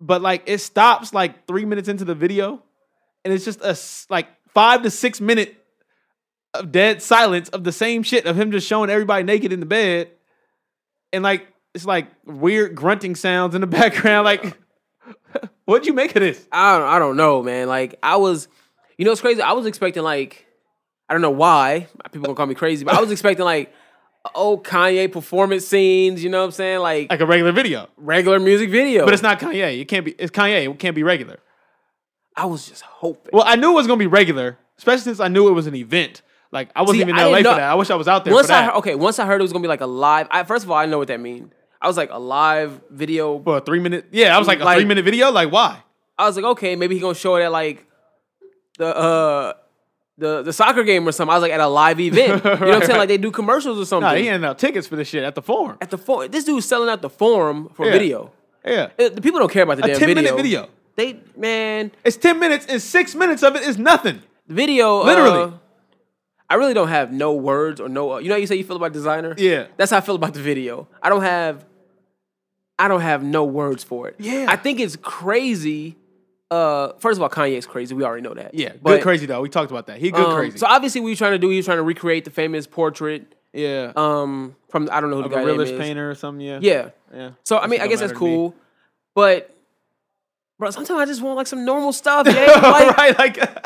Speaker 3: But like it stops like three minutes into the video, and it's just a s- like five to six minute of dead silence of the same shit of him just showing everybody naked in the bed, and like it's like weird grunting sounds in the background. Like, what'd you make of this?
Speaker 2: I don't, I don't know, man. Like I was, you know, it's crazy. I was expecting like, I don't know why people gonna call me crazy, but I was expecting like, oh Kanye performance scenes. You know what I'm saying? Like
Speaker 3: Like a regular video,
Speaker 2: regular music video.
Speaker 3: but it's not Kanye. It can't be. It's Kanye. It can't be regular.
Speaker 2: I was just hoping.
Speaker 3: Well, I knew it was gonna be regular, especially since I knew it was an event. Like I wasn't
Speaker 2: See,
Speaker 3: even
Speaker 2: I
Speaker 3: that late
Speaker 2: didn't
Speaker 3: for
Speaker 2: know-
Speaker 3: that. I wish I was out there.
Speaker 2: once
Speaker 3: for that.
Speaker 2: I heard, okay, once I heard it was gonna be like a live. I, first of all, I didn't know what that mean. I was like a live video.
Speaker 3: for a three minute. Yeah, I was like a
Speaker 2: Like-
Speaker 3: three minute video. Like why?
Speaker 2: I was like, okay, maybe he gonna show it at like the uh the the soccer game or something. I was like at a live event. You know what I'm saying? Like they do commercials or something.
Speaker 3: Nah, he handed out tickets for this shit at the forum.
Speaker 2: at the forum, this dude's selling out the forum for
Speaker 3: Yeah.
Speaker 2: video.
Speaker 3: Yeah,
Speaker 2: Uh, The people don't care about the
Speaker 3: a
Speaker 2: damn
Speaker 3: ten
Speaker 2: video.
Speaker 3: minute video.
Speaker 2: They man,
Speaker 3: It's ten minutes and six minutes of it is nothing.
Speaker 2: video. uh,
Speaker 3: Literally.
Speaker 2: I really don't have no words or no. uh, you know how you say you feel about designer.
Speaker 3: Yeah.
Speaker 2: that's how I feel about the video. I don't have. I don't have no words for it.
Speaker 3: Yeah.
Speaker 2: I think it's crazy. Uh, first of all, Kanye's crazy. We already know that.
Speaker 3: Yeah,
Speaker 2: But-
Speaker 3: good crazy though. We talked about that. He good
Speaker 2: Um,
Speaker 3: crazy.
Speaker 2: So obviously, what he was trying to do, he was trying to recreate the famous portrait
Speaker 3: yeah,
Speaker 2: um, from I don't know who the
Speaker 3: a
Speaker 2: guy name is.
Speaker 3: realist painter or something. Yeah,
Speaker 2: Yeah.
Speaker 3: yeah.
Speaker 2: So I mean,
Speaker 3: shit
Speaker 2: I guess
Speaker 3: don't
Speaker 2: that's
Speaker 3: matter to me.
Speaker 2: cool, but bro, sometimes I just want like some normal stuff. Yeah, like,
Speaker 3: right, like, like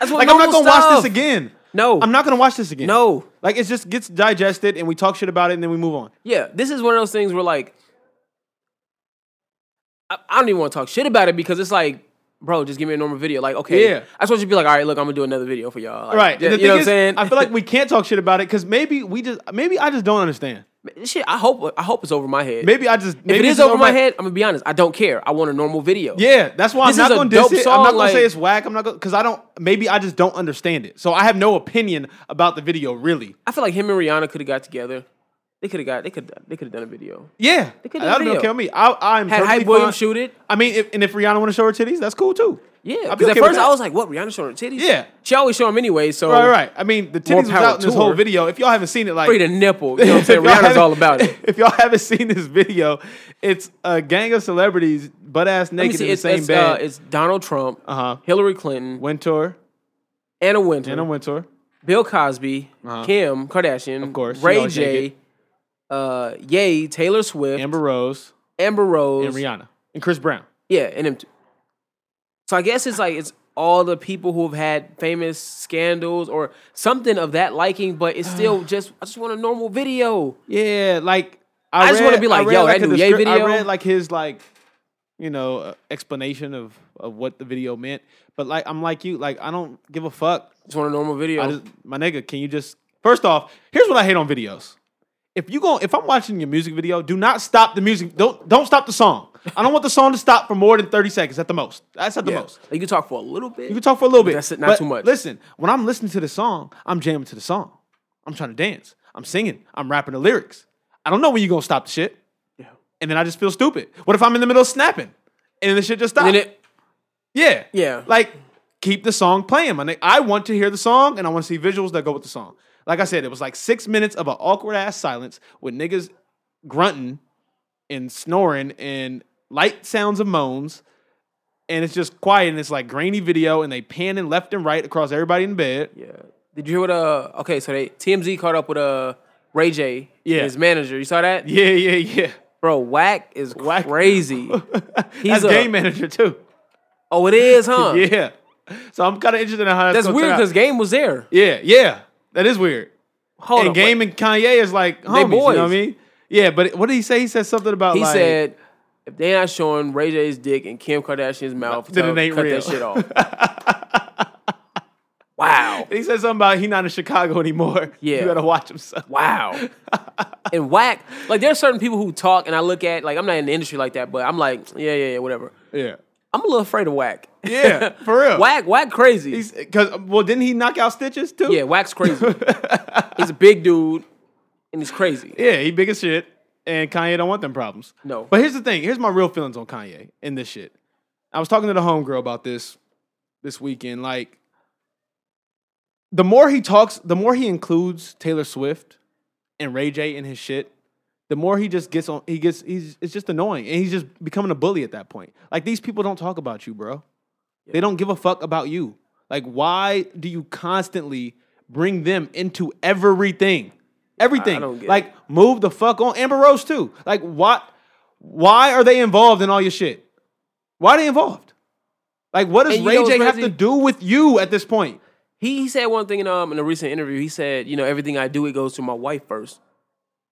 Speaker 2: that's what
Speaker 3: I'm
Speaker 2: normal
Speaker 3: not gonna watch
Speaker 2: stuff.
Speaker 3: this again.
Speaker 2: No,
Speaker 3: I'm not gonna watch this again.
Speaker 2: No.
Speaker 3: like it just gets digested and we talk shit about it and then we move on.
Speaker 2: Yeah, this is one of those things where like, I, I don't even want to talk shit about it because it's like. Bro, just give me a normal video. Like, okay,
Speaker 3: Yeah.
Speaker 2: I just want you to be like, all right, look, I'm gonna do another video for y'all. Like,
Speaker 3: Right.
Speaker 2: yeah,
Speaker 3: And the
Speaker 2: you
Speaker 3: thing
Speaker 2: know what I'm
Speaker 3: is,
Speaker 2: saying?
Speaker 3: I feel like we can't talk shit about it because maybe we just maybe I just don't understand.
Speaker 2: shit. I hope, I hope it's over my head.
Speaker 3: Maybe I just maybe
Speaker 2: if it
Speaker 3: it's
Speaker 2: is
Speaker 3: just
Speaker 2: over my head, I'm gonna be honest. I don't care. I want a normal video.
Speaker 3: Yeah, that's why
Speaker 2: This
Speaker 3: I'm
Speaker 2: is
Speaker 3: not
Speaker 2: a
Speaker 3: going to diss
Speaker 2: dope
Speaker 3: it. I'm
Speaker 2: song,
Speaker 3: not going to say
Speaker 2: like-
Speaker 3: it's whack. I'm not going because I don't. Maybe I just don't understand it. So I have no opinion about the video, really.
Speaker 2: I feel like him and Rihanna could have got together. They could have got. They could. They could have done a video.
Speaker 3: Yeah,
Speaker 2: could
Speaker 3: that
Speaker 2: have
Speaker 3: would
Speaker 2: video.
Speaker 3: kill me. I, I'm
Speaker 2: Had
Speaker 3: perfectly
Speaker 2: Hype Williams
Speaker 3: fine.
Speaker 2: shoot it.
Speaker 3: I mean, if, and if Rihanna want to show her titties, that's cool too.
Speaker 2: Yeah.
Speaker 3: I'd be okay
Speaker 2: Because at
Speaker 3: with
Speaker 2: first
Speaker 3: that.
Speaker 2: I was like, "What? Rihanna showing her titties?"
Speaker 3: Yeah.
Speaker 2: She always show them anyway. So
Speaker 3: Right, right. I mean, the titties was
Speaker 2: power
Speaker 3: out in this
Speaker 2: to
Speaker 3: whole
Speaker 2: her.
Speaker 3: video. If y'all haven't seen it, like
Speaker 2: free to nipple. You know what I'm
Speaker 3: If
Speaker 2: saying?
Speaker 3: y'all
Speaker 2: Rihanna's
Speaker 3: haven't-
Speaker 2: all about it.
Speaker 3: If y'all haven't seen this video, it's a gang of celebrities butt ass
Speaker 2: Let me
Speaker 3: naked
Speaker 2: see.
Speaker 3: in the
Speaker 2: It's,
Speaker 3: same
Speaker 2: it's, uh,
Speaker 3: bed.
Speaker 2: it's Donald Trump,
Speaker 3: Uh-huh.
Speaker 2: Hillary Clinton,
Speaker 3: Wintour,
Speaker 2: Anna Winter,
Speaker 3: Anna Wintour.
Speaker 2: Bill Cosby, Kim Kardashian, of
Speaker 3: course, she
Speaker 2: Ray
Speaker 3: always naked.
Speaker 2: J, uh, Yay, Taylor Swift, Amber,
Speaker 3: Amber Rose,
Speaker 2: Rose,
Speaker 3: and Rihanna, and Chris Brown.
Speaker 2: Yeah, and them. Two. So I guess it's like it's all the people who have had famous scandals or something of that liking, but it's still just I just want a normal video.
Speaker 3: Yeah, like I,
Speaker 2: I just
Speaker 3: read-
Speaker 2: wanna be like,
Speaker 3: read,
Speaker 2: yo,
Speaker 3: like,
Speaker 2: that
Speaker 3: a
Speaker 2: new Ye
Speaker 3: descri- I
Speaker 2: video?
Speaker 3: read like his like, you know, uh, explanation of, of what the video meant. But like, I'm like you, like I don't give a fuck.
Speaker 2: Just want a normal video.
Speaker 3: I just, my nigga, can you just first off? Here's what I hate on videos. If you go, if I'm watching your music video, do not stop the music. Don't don't stop the song. I don't want the song to stop for more than thirty seconds at the most. That's at the
Speaker 2: Yeah.
Speaker 3: most.
Speaker 2: Like, you can talk for a little bit.
Speaker 3: You can talk for a little bit.
Speaker 2: That's it, not
Speaker 3: but
Speaker 2: too much.
Speaker 3: Listen, when I'm listening to the song, I'm jamming to the song. I'm trying to dance. I'm singing. I'm rapping the lyrics. I don't know when you're gonna stop the shit.
Speaker 2: Yeah.
Speaker 3: And then I just feel stupid. What if I'm in the middle of snapping and then the shit just stops?
Speaker 2: And then it,
Speaker 3: yeah.
Speaker 2: Yeah.
Speaker 3: Like, keep the song playing. My nigga. I want to hear the song and I want to see visuals that go with the song. Like I said, it was like six minutes of an awkward ass silence with niggas grunting and snoring and light sounds of moans. And it's just quiet and it's like grainy video and they panning left and right across everybody in bed.
Speaker 2: yeah. Did you hear what? Uh, okay, so they TMZ caught up with uh Ray J, and
Speaker 3: Yeah.
Speaker 2: his manager. You saw that,
Speaker 3: Yeah, yeah,
Speaker 2: bro? Whack is
Speaker 3: Whack.
Speaker 2: crazy.
Speaker 3: yeah.
Speaker 2: He's
Speaker 3: He's
Speaker 2: a-
Speaker 3: a game manager too.
Speaker 2: oh, it is, huh?
Speaker 3: Yeah. So I'm kind of interested in how that's,
Speaker 2: That's
Speaker 3: gonna
Speaker 2: weird
Speaker 3: turn out.
Speaker 2: because Game was there.
Speaker 3: yeah, yeah, that is weird.
Speaker 2: Hold
Speaker 3: and
Speaker 2: up,
Speaker 3: Game and Kanye is like homies. You
Speaker 2: boys.
Speaker 3: know what I mean? Yeah, but what did he say? He said something about
Speaker 2: He
Speaker 3: like,
Speaker 2: said, if they not showing Ray J's dick and Kim Kardashian's mouth,
Speaker 3: Then
Speaker 2: tell-
Speaker 3: it ain't
Speaker 2: cut
Speaker 3: real.
Speaker 2: that shit off. wow.
Speaker 3: he said something about he not in Chicago anymore.
Speaker 2: Yeah.
Speaker 3: you gotta watch himself.
Speaker 2: Wow. and whack. Like there's certain people who talk and I look at like I'm not in the industry like that, but I'm like, yeah, yeah, yeah, whatever.
Speaker 3: Yeah,
Speaker 2: I'm a little afraid of whack.
Speaker 3: yeah, for real.
Speaker 2: Whack, whack crazy.
Speaker 3: Because well, didn't he knock out stitches too?
Speaker 2: yeah, whack's crazy. he's a big dude and he's crazy.
Speaker 3: yeah, he big as shit. And Kanye don't want them problems.
Speaker 2: No.
Speaker 3: But here's the thing. Here's my real feelings on Kanye and this shit. I was talking to the homegirl about this this weekend. Like, the more he talks, the more he includes Taylor Swift and Ray J in his shit, the more he just gets on. He gets. He's. It's just annoying, and he's just becoming a bully at that point. Like these people don't talk about you, bro. They don't give a fuck about you. Like, why do you constantly bring them into everything? Everything.
Speaker 2: don't get it.
Speaker 3: like, move the fuck on. Amber Rose too. Like, what? Why are they involved in all your shit? Why are they involved? Like, what does
Speaker 2: And you
Speaker 3: Ray
Speaker 2: know
Speaker 3: J
Speaker 2: what's
Speaker 3: have to
Speaker 2: crazy?
Speaker 3: do with you at this point?
Speaker 2: He, he said one thing in um in a recent interview. He said, you know, everything I do, it goes to my wife first.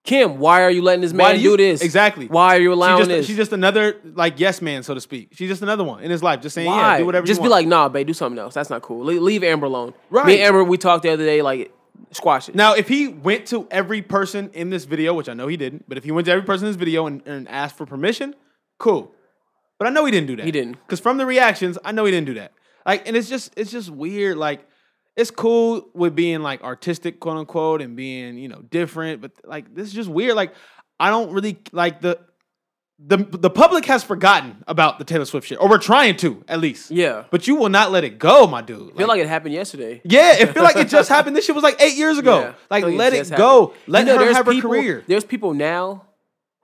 Speaker 2: Kim, why are you letting this man
Speaker 3: Why do you-
Speaker 2: this?
Speaker 3: Exactly.
Speaker 2: Why are you
Speaker 3: She's
Speaker 2: allowing
Speaker 3: just,
Speaker 2: this?
Speaker 3: she's just another like yes man, so to speak. She's just another one in his life, just saying
Speaker 2: Why?
Speaker 3: yeah, do whatever.
Speaker 2: Just
Speaker 3: you
Speaker 2: be
Speaker 3: want.
Speaker 2: like, nah, babe, do something else. That's not cool. Le- leave Amber alone. Me
Speaker 3: Right.
Speaker 2: and Amber, we talked the other day, like, squash it.
Speaker 3: Now, if he went to every person in this video, which I know he didn't, but if he went to every person in this video and, and asked for permission, cool. But I know he didn't do that. He
Speaker 2: didn't.
Speaker 3: Because from the reactions, I know he didn't do that. Like, and it's just it's just weird. Like, it's cool with being like artistic, quote unquote, and being, you know, different, but like this is just weird. Like, I don't really like the the the public has forgotten about the Taylor Swift shit. Or we're trying to, at least.
Speaker 2: Yeah.
Speaker 3: But you will not let it go, my dude.
Speaker 2: I feel like it happened yesterday.
Speaker 3: Yeah, it feel like it just happened. This shit was like eight years ago.
Speaker 2: Yeah.
Speaker 3: Like,
Speaker 2: I feel
Speaker 3: let it
Speaker 2: just
Speaker 3: go.
Speaker 2: happened.
Speaker 3: Let
Speaker 2: You know,
Speaker 3: her
Speaker 2: there's
Speaker 3: have her
Speaker 2: people-
Speaker 3: career.
Speaker 2: There's people now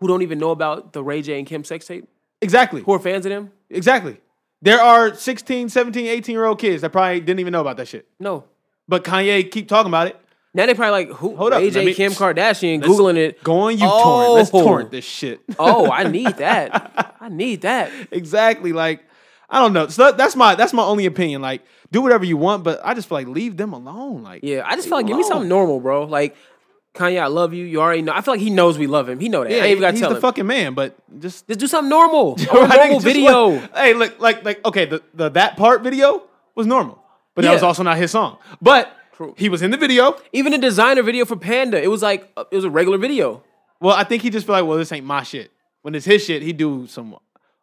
Speaker 2: who don't even know about the Ray J and Kim sex tape
Speaker 3: Exactly.
Speaker 2: who are fans of them.
Speaker 3: Exactly. There are 16, 17, 18 year old kids that probably didn't even know about that shit.
Speaker 2: No.
Speaker 3: But Kanye keep talking about it.
Speaker 2: Now they probably like, who?
Speaker 3: Hold up,
Speaker 2: Ray
Speaker 3: let
Speaker 2: J,
Speaker 3: me-
Speaker 2: Kim Kardashian, Googling it.
Speaker 3: Go on you torrent. Let's
Speaker 2: Oh.
Speaker 3: torrent this shit.
Speaker 2: oh, I need that. I need that.
Speaker 3: exactly. Like, I don't know. So that- that's my that's my only opinion. Like, do whatever you want, but I just feel like leave them alone. Like,
Speaker 2: Yeah, I just feel like give me
Speaker 3: alone.
Speaker 2: something normal, bro. Like, Kanye, I love you. You already know. I feel like he knows we love him. He know that. I
Speaker 3: yeah,
Speaker 2: ain't even got to
Speaker 3: he's
Speaker 2: tell
Speaker 3: the
Speaker 2: him.
Speaker 3: fucking man. But just
Speaker 2: just do something normal.
Speaker 3: Right,
Speaker 2: I want a Oh, normal
Speaker 3: nigga, just
Speaker 2: video.
Speaker 3: what- hey, look, like, like, okay, the, the that part video was normal, but that was
Speaker 2: Yeah.
Speaker 3: also not his song. But he was in the video.
Speaker 2: Even the designer video for Panda, it was like uh, it was a regular video.
Speaker 3: Well, I think he just feel like, well, this ain't my shit. When it's his shit, he do some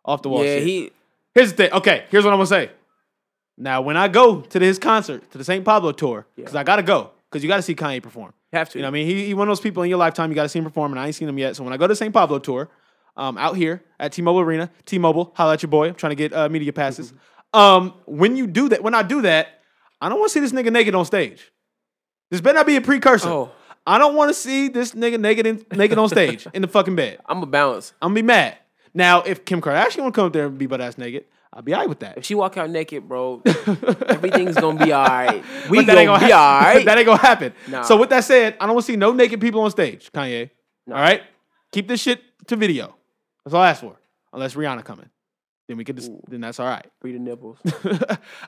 Speaker 3: off the wall.
Speaker 2: yeah,
Speaker 3: Oh, shit.
Speaker 2: he
Speaker 3: Here's the thing. Okay, here's what I'm gonna say. Now, when I go to his concert, to the St. Pablo tour, because I gotta go, because you gotta see Kanye perform.
Speaker 2: Have to.
Speaker 3: You know what I mean? He, he one of those people in your lifetime you gotta see him perform, and I ain't seen him yet. So when I go to St. Pablo tour, um, out here at T-Mobile Arena, T-Mobile, holla at your boy. I'm trying to get uh, media passes.
Speaker 2: Mm-hmm.
Speaker 3: um, when you do that, when I do that, I don't want to see this nigga naked on stage. This better not be a precursor.
Speaker 2: Oh.
Speaker 3: I don't want to see this nigga naked in, naked on stage in the fucking bed.
Speaker 2: I'm a balance.
Speaker 3: I'm gonna be mad. Now, if Kim Kardashian wanna come up there and be butt ass naked, I'll be alright with
Speaker 2: If
Speaker 3: that.
Speaker 2: she walk out naked, bro, everything's gonna be all right. We
Speaker 3: But that
Speaker 2: gonna,
Speaker 3: ain't gonna
Speaker 2: be all
Speaker 3: happen.
Speaker 2: right.
Speaker 3: that ain't gonna happen.
Speaker 2: Nah.
Speaker 3: So with that said, I don't wanna see no naked people on stage, Kanye. All right? Keep this shit to video. That's all I ask for. Unless Rihanna coming. Then we could just then that's all right.
Speaker 2: Free the nipples.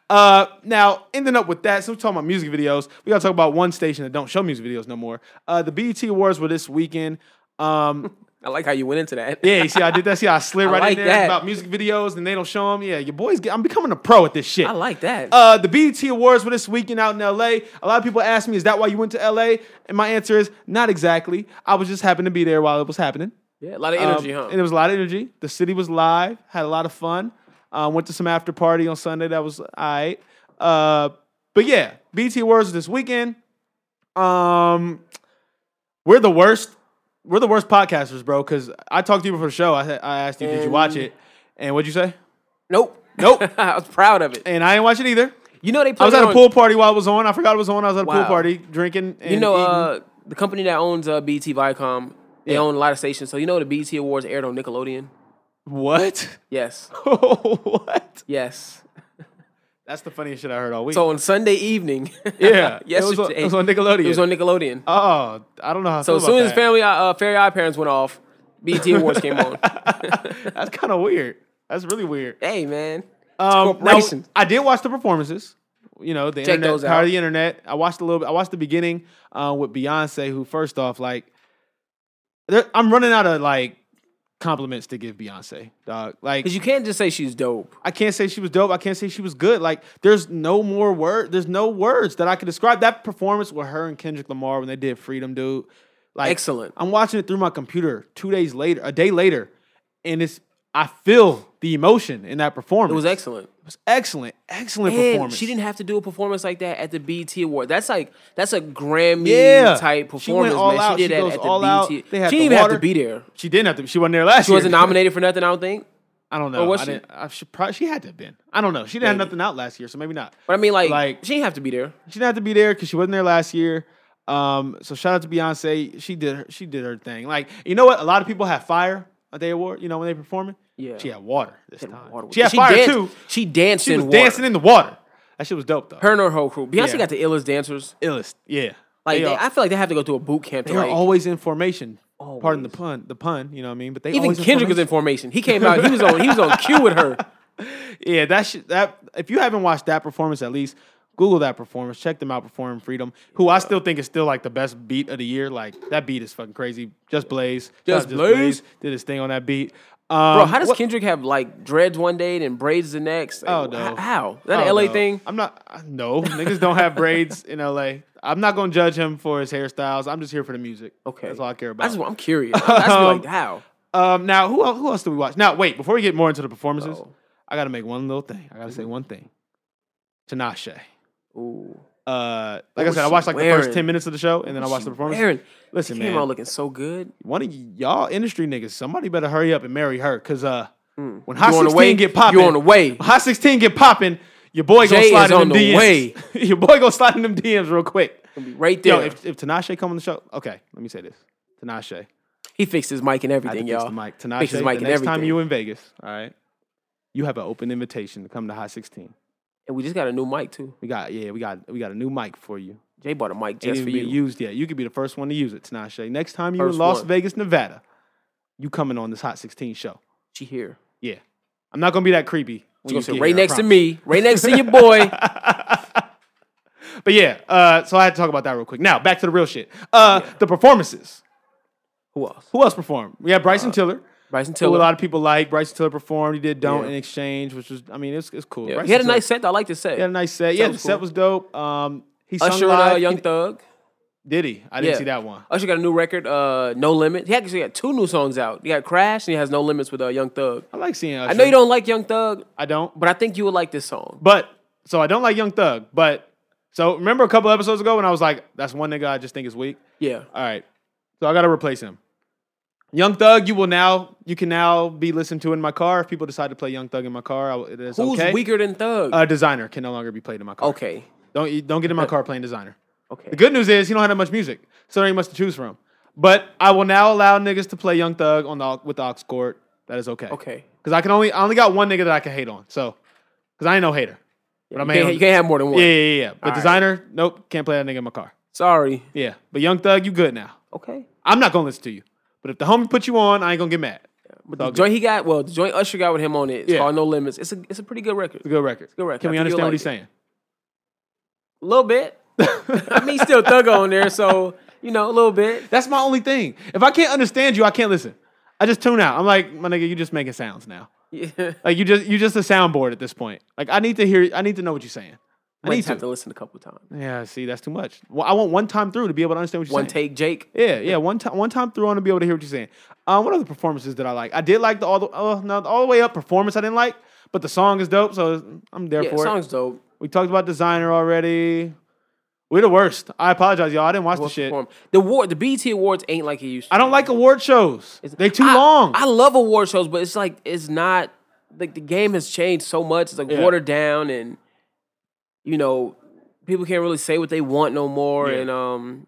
Speaker 3: uh, now, ending up with that, since we're talking about music videos, we gotta talk E about one station that don't show music videos no more. Uh, the BET Awards were this weekend. Um,
Speaker 2: I like how you went into that.
Speaker 3: Yeah, you see, I did that. See, how I slid
Speaker 2: I
Speaker 3: right
Speaker 2: like
Speaker 3: in there
Speaker 2: that.
Speaker 3: about music videos, and they don't show them. Yeah, your boys. Get, I'm becoming a pro at this shit.
Speaker 2: I like that.
Speaker 3: Uh, the BET Awards were this weekend out in LA. A lot of people ask me, "Is that why you went to LA?" And my answer is, not exactly. I was just happened to be there while it was happening.
Speaker 2: yeah, a lot of energy,
Speaker 3: Um,
Speaker 2: huh?
Speaker 3: And it was a lot of energy. The city was live. Had a lot of fun. Uh, went to some after party on Sunday. That was all right. Uh, but yeah, BT Awards this weekend. Um, we're the worst. We're the worst podcasters, bro. Because I talked to you before the show. I, I asked you, did you watch it? And what'd you say?
Speaker 2: nope.
Speaker 3: Nope.
Speaker 2: I was proud of it.
Speaker 3: And I didn't watch it either.
Speaker 2: You know they put
Speaker 3: I was
Speaker 2: it
Speaker 3: at a
Speaker 2: on-
Speaker 3: pool party while it was on. I forgot it was on. I was at a pool
Speaker 2: Wow.
Speaker 3: party drinking. And
Speaker 2: You know,
Speaker 3: eating.
Speaker 2: uh, the company that owns uh, BT Viacom, they
Speaker 3: E Yeah.
Speaker 2: own a lot of stations. So you know the BT Awards aired on Nickelodeon.
Speaker 3: what?
Speaker 2: Yes,
Speaker 3: what?
Speaker 2: yes.
Speaker 3: That's the funniest shit I heard all week.
Speaker 2: So on Sunday evening,
Speaker 3: yeah,
Speaker 2: yesterday,
Speaker 3: it was on, it was on Nickelodeon.
Speaker 2: It was on Nickelodeon.
Speaker 3: Oh, I don't know how. I
Speaker 2: so
Speaker 3: feel
Speaker 2: as soon
Speaker 3: about
Speaker 2: as
Speaker 3: that.
Speaker 2: family, uh, Fairy Eye parents went off, BT Awards came on.
Speaker 3: that's kind of weird. That's really weird.
Speaker 2: Hey man,
Speaker 3: Um, now,
Speaker 2: corporations.
Speaker 3: I did watch the performances. You know, the internet,
Speaker 2: those
Speaker 3: power
Speaker 2: out.
Speaker 3: of the internet. I watched a little bit. I watched the beginning uh, with Beyonce, who first off, like, there- I'm running out of like compliments to give Beyonce, dog. Like,
Speaker 2: because you can't just say she's dope.
Speaker 3: I can't say she was dope. I can't say she was good. Like, there's no more word. There's no words that I could describe that performance with her and Kendrick Lamar when they did Freedom, dude. Like,
Speaker 2: Excellent.
Speaker 3: I'm watching it through my computer two days later, a day later, and it's I feel the emotion in that performance.
Speaker 2: It was excellent.
Speaker 3: was excellent, excellent
Speaker 2: And
Speaker 3: performance.
Speaker 2: she didn't have to do a performance like that at the BT Award. That's like that's a Grammy
Speaker 3: Yeah.
Speaker 2: type
Speaker 3: She went
Speaker 2: performance,
Speaker 3: all
Speaker 2: man.
Speaker 3: out.
Speaker 2: She did
Speaker 3: She
Speaker 2: that
Speaker 3: goes
Speaker 2: at the
Speaker 3: all
Speaker 2: BT.
Speaker 3: out.
Speaker 2: She
Speaker 3: They had
Speaker 2: didn't
Speaker 3: the
Speaker 2: even have
Speaker 3: water.
Speaker 2: to be there.
Speaker 3: She didn't have to. She wasn't there last
Speaker 2: She
Speaker 3: year.
Speaker 2: wasn't nominated for nothing. I don't think.
Speaker 3: I don't know.
Speaker 2: was
Speaker 3: I
Speaker 2: she?
Speaker 3: didn't, I should probably, she had to have been. I don't know. She didn't have nothing out last year, so maybe not.
Speaker 2: But I mean, like,
Speaker 3: Like-
Speaker 2: she didn't have to be there.
Speaker 3: She didn't have to be there because she wasn't there last year. Um, so shout out to Beyonce. She did her, she did her thing. Like you know what? A lot of people have fire at their award. You know when they performing.
Speaker 2: Yeah.
Speaker 3: She had water this time.
Speaker 2: Water-
Speaker 3: She had fire
Speaker 2: danced,
Speaker 3: too.
Speaker 2: She danced
Speaker 3: She
Speaker 2: in
Speaker 3: was
Speaker 2: water.
Speaker 3: dancing in the water. That shit was dope though.
Speaker 2: her and her whole crew. Beyonce
Speaker 3: Yeah.
Speaker 2: got the illest dancers.
Speaker 3: illest. Yeah.
Speaker 2: Like,
Speaker 3: they
Speaker 2: they-
Speaker 3: are,
Speaker 2: I feel like they have to go through a boot camp. To,
Speaker 3: they are
Speaker 2: like,
Speaker 3: always in formation. Pardon the pun. The pun. You know what I mean? But they
Speaker 2: even
Speaker 3: always
Speaker 2: Kendrick was
Speaker 3: formation.
Speaker 2: in formation. He came out. He was on. He was on cue with her.
Speaker 3: Yeah, that shit, that if you haven't watched that performance, at least Google that performance. Check them out performing Freedom, who I still think is still like the best beat of the year. Like that beat is fucking crazy. Just Blaze, Shout out
Speaker 2: Just Blaze.
Speaker 3: did his thing on that beat. Um,
Speaker 2: Bro, how does
Speaker 3: what-
Speaker 2: Kendrick have like dreads one day and braids the next? Like,
Speaker 3: Oh, no.
Speaker 2: h- How? Is that
Speaker 3: I
Speaker 2: an
Speaker 3: don't
Speaker 2: LA
Speaker 3: know.
Speaker 2: thing?
Speaker 3: I'm not. I- No, niggas don't have braids in LA. I'm not gonna judge him for his hairstyles. I'm just here for the music.
Speaker 2: Okay,
Speaker 3: that's all I care about.
Speaker 2: I just, I'm curious. I just be
Speaker 3: Um,
Speaker 2: like, how?
Speaker 3: Um, now who el- who else do we watch? Now wait, before we get more into the performances,
Speaker 2: Oh.
Speaker 3: I gotta make one little thing. I gotta
Speaker 2: Mm-hmm.
Speaker 3: say one thing. Tinashe.
Speaker 2: Ooh,
Speaker 3: Uh, like I
Speaker 2: was
Speaker 3: said, I
Speaker 2: she
Speaker 3: watched like the first
Speaker 2: wearing?
Speaker 3: ten minutes of the show, and then I watched the performance.
Speaker 2: Aaron,
Speaker 3: Listen,
Speaker 2: she came
Speaker 3: man.
Speaker 2: out looking so good.
Speaker 3: One of y- y'all industry niggas, somebody better hurry up and marry her, cause uh, when Hot
Speaker 2: Mm. You on the way?
Speaker 3: Sixteen get popping,
Speaker 2: You on the way?
Speaker 3: Hot Sixteen get popping, your boy gonna
Speaker 2: Jay
Speaker 3: slide
Speaker 2: is
Speaker 3: in
Speaker 2: on
Speaker 3: them
Speaker 2: the
Speaker 3: DMs.
Speaker 2: way.
Speaker 3: your boy gonna slide in them DMs real quick.
Speaker 2: Right there.
Speaker 3: Yo, if, if Tinashe come on the show, okay, let me say this, Tinashe.
Speaker 2: he fixed his mic and
Speaker 3: I had
Speaker 2: everything,
Speaker 3: to fix
Speaker 2: y'all.
Speaker 3: the mic. Tinashe,
Speaker 2: Fix his mic
Speaker 3: the
Speaker 2: and
Speaker 3: next time
Speaker 2: everything.
Speaker 3: you in Vegas, all right, you have an open invitation to come to Hot 16.
Speaker 2: And we just got a new mic too.
Speaker 3: We got yeah, we got we got a new mic for you.
Speaker 2: Jay bought a mic
Speaker 3: Ain't
Speaker 2: just for
Speaker 3: even
Speaker 2: you.
Speaker 3: been used yet. You could be the first one to use it, Tinashe. Next time you in
Speaker 2: First
Speaker 3: Las
Speaker 2: one.
Speaker 3: Vegas, Nevada, you coming on this Hot 16 show?
Speaker 2: She here.
Speaker 3: Yeah, I'm not gonna be that creepy.
Speaker 2: She
Speaker 3: when
Speaker 2: gonna
Speaker 3: you
Speaker 2: sit
Speaker 3: get
Speaker 2: right
Speaker 3: here, I
Speaker 2: next to
Speaker 3: promise.
Speaker 2: me, right next to your boy.
Speaker 3: But yeah, uh, so I had to talk about that real quick. Now back to the real shit. Uh, The performances.
Speaker 2: Who else?
Speaker 3: Who else performed? We had Bryson Tiller.
Speaker 2: Bryson
Speaker 3: Who a
Speaker 2: Uh, Tiller.
Speaker 3: lot of people like. Bryson Tiller performed. He did "Don't"
Speaker 2: Yeah.
Speaker 3: in exchange, which was, I mean, it's it's cool.
Speaker 2: Yeah,
Speaker 3: Bryson
Speaker 2: He had a
Speaker 3: Tiller-
Speaker 2: nice set. I like the set.
Speaker 3: He had a nice set. Yeah,
Speaker 2: That
Speaker 3: the
Speaker 2: was
Speaker 3: set
Speaker 2: cool.
Speaker 3: was dope. Um, he sung
Speaker 2: Usher
Speaker 3: live.
Speaker 2: and uh, Young
Speaker 3: He-
Speaker 2: Thug.
Speaker 3: did he? I didn't see that one.
Speaker 2: Usher got a new record, uh, No Limit. He actually got two new songs out. He got Crash and he has No Limits with uh, Young Thug.
Speaker 3: I like seeing. Usher.
Speaker 2: I know you don't like Young Thug,
Speaker 3: I don't.
Speaker 2: but I think you would like this song.
Speaker 3: But so I don't like Young Thug. But so remember a couple episodes ago when I was like, "That's one nigga I just think is weak."
Speaker 2: Yeah.
Speaker 3: All right, so I got to replace him. Young Thug, you will now. You can now be listened to in my car if people decide to play Young Thug in my car. I, will- it is
Speaker 2: Who's
Speaker 3: okay.
Speaker 2: weaker than Thug?
Speaker 3: Uh, designer can no longer be played in my car.
Speaker 2: okay.
Speaker 3: Don't you- don't get in my car playing designer.
Speaker 2: Okay.
Speaker 3: The good news is he don't have that much music, so there ain't much to choose from. But I will now allow niggas to play Young Thug on the with the aux cord. That is okay.
Speaker 2: Okay.
Speaker 3: Because I can only I only got one nigga that I can hate on. So because I ain't no hater. But I'm
Speaker 2: You can't,
Speaker 3: hating.
Speaker 2: you can't have more than one.
Speaker 3: yeah, yeah, yeah, yeah. But
Speaker 2: right.
Speaker 3: designer, nope, can't play that nigga in my car.
Speaker 2: Sorry.
Speaker 3: Yeah. But Young Thug, you good now.
Speaker 2: Okay.
Speaker 3: I'm not gonna listen to you. But if the homie put you on, I ain't gonna get mad.
Speaker 2: But the joint he got, well, the joint Usher got with him on it. It's
Speaker 3: Yeah.
Speaker 2: called No Limits. It's a it's a pretty good record.
Speaker 3: It's a good record.
Speaker 2: good record.
Speaker 3: Can
Speaker 2: I
Speaker 3: we understand
Speaker 2: think you'll
Speaker 3: what
Speaker 2: like
Speaker 3: he's
Speaker 2: it.
Speaker 3: saying?
Speaker 2: A little bit. I mean, still Thug on there, so you know, a little bit.
Speaker 3: That's my only thing. If I can't understand you, I can't listen. I just tune out. I'm like, my nigga, you just making sounds now.
Speaker 2: Yeah.
Speaker 3: Like you just you just a soundboard at this point. Like I need to hear. I need to know what you're saying. I
Speaker 2: Might
Speaker 3: need
Speaker 2: just have
Speaker 3: to.
Speaker 2: to listen a couple times.
Speaker 3: Yeah, see, that's too much. Well, I want one time through to be able to understand what you're
Speaker 2: One
Speaker 3: saying.
Speaker 2: take, Jake.
Speaker 3: Yeah, yeah. One time, one time through, I want to be able to hear what you're saying. Um, what other performances did I like? I did like the all the oh no, the all the way up performance. I didn't like, but the song is dope, so I'm there
Speaker 2: Yeah,
Speaker 3: for
Speaker 2: song's dope.
Speaker 3: it. We talked about designer already. We're the worst. I apologize, y'all. I didn't watch the
Speaker 2: Well
Speaker 3: shit.
Speaker 2: performed. The war, the BT Awards ain't like it used to.
Speaker 3: I don't like award shows. They too
Speaker 2: I-
Speaker 3: long.
Speaker 2: I love award shows, but it's like it's not like the game has changed so much. It's like
Speaker 3: Yeah.
Speaker 2: watered down, and you know, people can't really say what they want no more.
Speaker 3: Yeah.
Speaker 2: And um,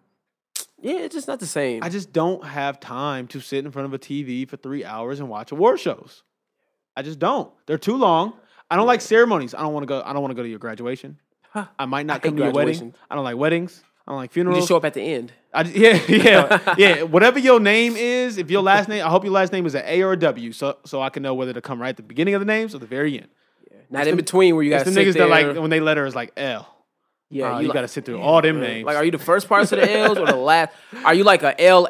Speaker 2: yeah, it's just not the same.
Speaker 3: I just don't have time to sit in front of a TV for three hours and watch award shows. I just don't. They're too long. I don't like ceremonies. I don't want to go. I don't want to go to your graduation. I might not
Speaker 2: hate
Speaker 3: come to your wedding.
Speaker 2: graduations.
Speaker 3: I don't like weddings. I don't like
Speaker 2: you
Speaker 3: funerals.
Speaker 2: just show up at the end.
Speaker 3: I just, yeah, yeah, yeah. Whatever your name is, if your last name, I hope your last name is an A or a W, so so I can know whether to come right at the beginning of the names or the very end.
Speaker 2: Not in between where you got
Speaker 3: It's
Speaker 2: to
Speaker 3: the
Speaker 2: sit
Speaker 3: niggas
Speaker 2: there.
Speaker 3: that like when they letter is like L.
Speaker 2: yeah,
Speaker 3: Oh,
Speaker 2: you,
Speaker 3: you,
Speaker 2: like,
Speaker 3: got to sit through all them names.
Speaker 2: like, are you the first parts of the L's or the last? Are you like a L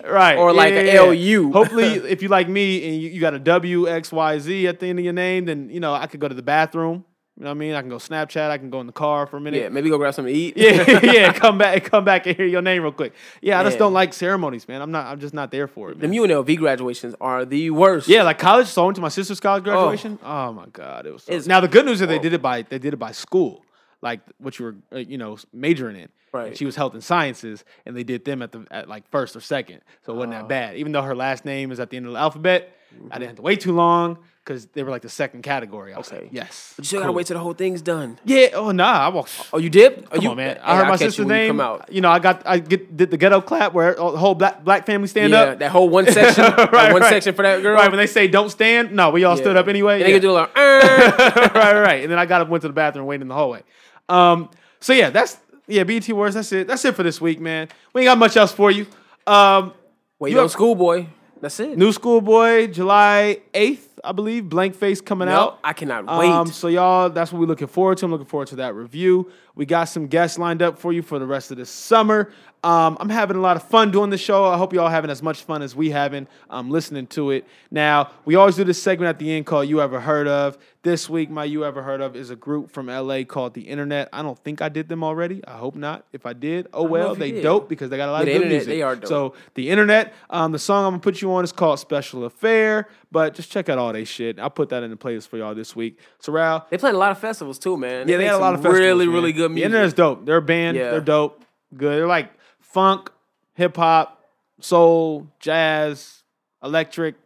Speaker 3: right
Speaker 2: or
Speaker 3: yeah,
Speaker 2: like
Speaker 3: yeah,
Speaker 2: a
Speaker 3: yeah.
Speaker 2: LU?
Speaker 3: Hopefully, if you like me and you, you got a W X Y Z at the end of your name, then you know I could go to the bathroom. You know what I mean? I can go Snapchat. I can go in the car for a minute.
Speaker 2: yeah, maybe go grab something to eat.
Speaker 3: yeah, yeah, come back, come back and hear your name real quick. Yeah, I just
Speaker 2: Yeah.
Speaker 3: don't like ceremonies, man. I'm not, I'm just not there for it.
Speaker 2: The
Speaker 3: Man.
Speaker 2: UNLV graduations are the worst.
Speaker 3: Yeah, like college. So I went to my sister's college graduation. Oh, my god, it was. So,
Speaker 2: It's-
Speaker 3: now the good news is they did it by they did it by school, like what you were, uh, you know, majoring in.
Speaker 2: Right.
Speaker 3: And she was health and sciences, and they did them at the at like first or second, so it wasn't
Speaker 2: Oh.
Speaker 3: that bad. Even though her last name is at the end of the alphabet, I
Speaker 2: Mm-hmm.
Speaker 3: didn't have to wait too long because they were like the second category. I was
Speaker 2: Okay.
Speaker 3: like, yes.
Speaker 2: You still gotta wait till the whole thing's done.
Speaker 3: Yeah. Oh nah, I walked.
Speaker 2: Oh, you dipped? Oh,
Speaker 3: Come
Speaker 2: you,
Speaker 3: on, man. I
Speaker 2: Hey,
Speaker 3: heard my
Speaker 2: I'll catch you
Speaker 3: sister's
Speaker 2: when you
Speaker 3: name.
Speaker 2: Come out.
Speaker 3: You know, I got I get did the ghetto clap where all- the whole black black family stand
Speaker 2: yeah,
Speaker 3: up.
Speaker 2: that whole one section, that
Speaker 3: Right,
Speaker 2: one
Speaker 3: right.
Speaker 2: section for that girl.
Speaker 3: Right when they say don't stand, no, we all stood
Speaker 2: Yeah.
Speaker 3: up anyway.
Speaker 2: And they
Speaker 3: Yeah.
Speaker 2: can do like, "Uh."
Speaker 3: right, right, right. And then I got up, went to the bathroom, waited in the hallway. Um, so yeah, that's yeah, BT Wars. That's it. That's it for this week, man. We ain't got much else for you. Um,
Speaker 2: wait
Speaker 3: You
Speaker 2: on
Speaker 3: have-
Speaker 2: schoolboy. That's it.
Speaker 3: new Schoolboy, July eighth, I believe. Blank Face coming
Speaker 2: No,
Speaker 3: out.
Speaker 2: I cannot wait.
Speaker 3: Um, so y'all, that's what we're looking forward to. I'm looking forward to that review. We got some guests lined up for you for the rest of this summer. Um, I'm having a lot of fun doing the show. I hope y'all having as much fun as we having um, listening to it. Now, we always do this segment at the end called "You Ever Heard of." This week, my "You Ever Heard of" is a group from LA called The Internet. I don't think I did them already. I hope not. If I did, oh well,
Speaker 2: if you
Speaker 3: they
Speaker 2: did.
Speaker 3: dope because they got a lot of
Speaker 2: Yeah, The
Speaker 3: good
Speaker 2: Internet,
Speaker 3: music.
Speaker 2: they are dope.
Speaker 3: So so the internet, um, the song I'm gonna put you on is called Special Affair, but just check out all they shit. I'll put that in the playlist for y'all this week. Sorrel,
Speaker 2: they played a lot of festivals too, man.
Speaker 3: yeah, they
Speaker 2: made
Speaker 3: had a lot of
Speaker 2: some
Speaker 3: festivals,
Speaker 2: really,
Speaker 3: man.
Speaker 2: really good
Speaker 3: The
Speaker 2: music.
Speaker 3: internet's dope. They're a band.
Speaker 2: Yeah.
Speaker 3: They're dope. Good. They're like funk, hip hop, soul, jazz, electric,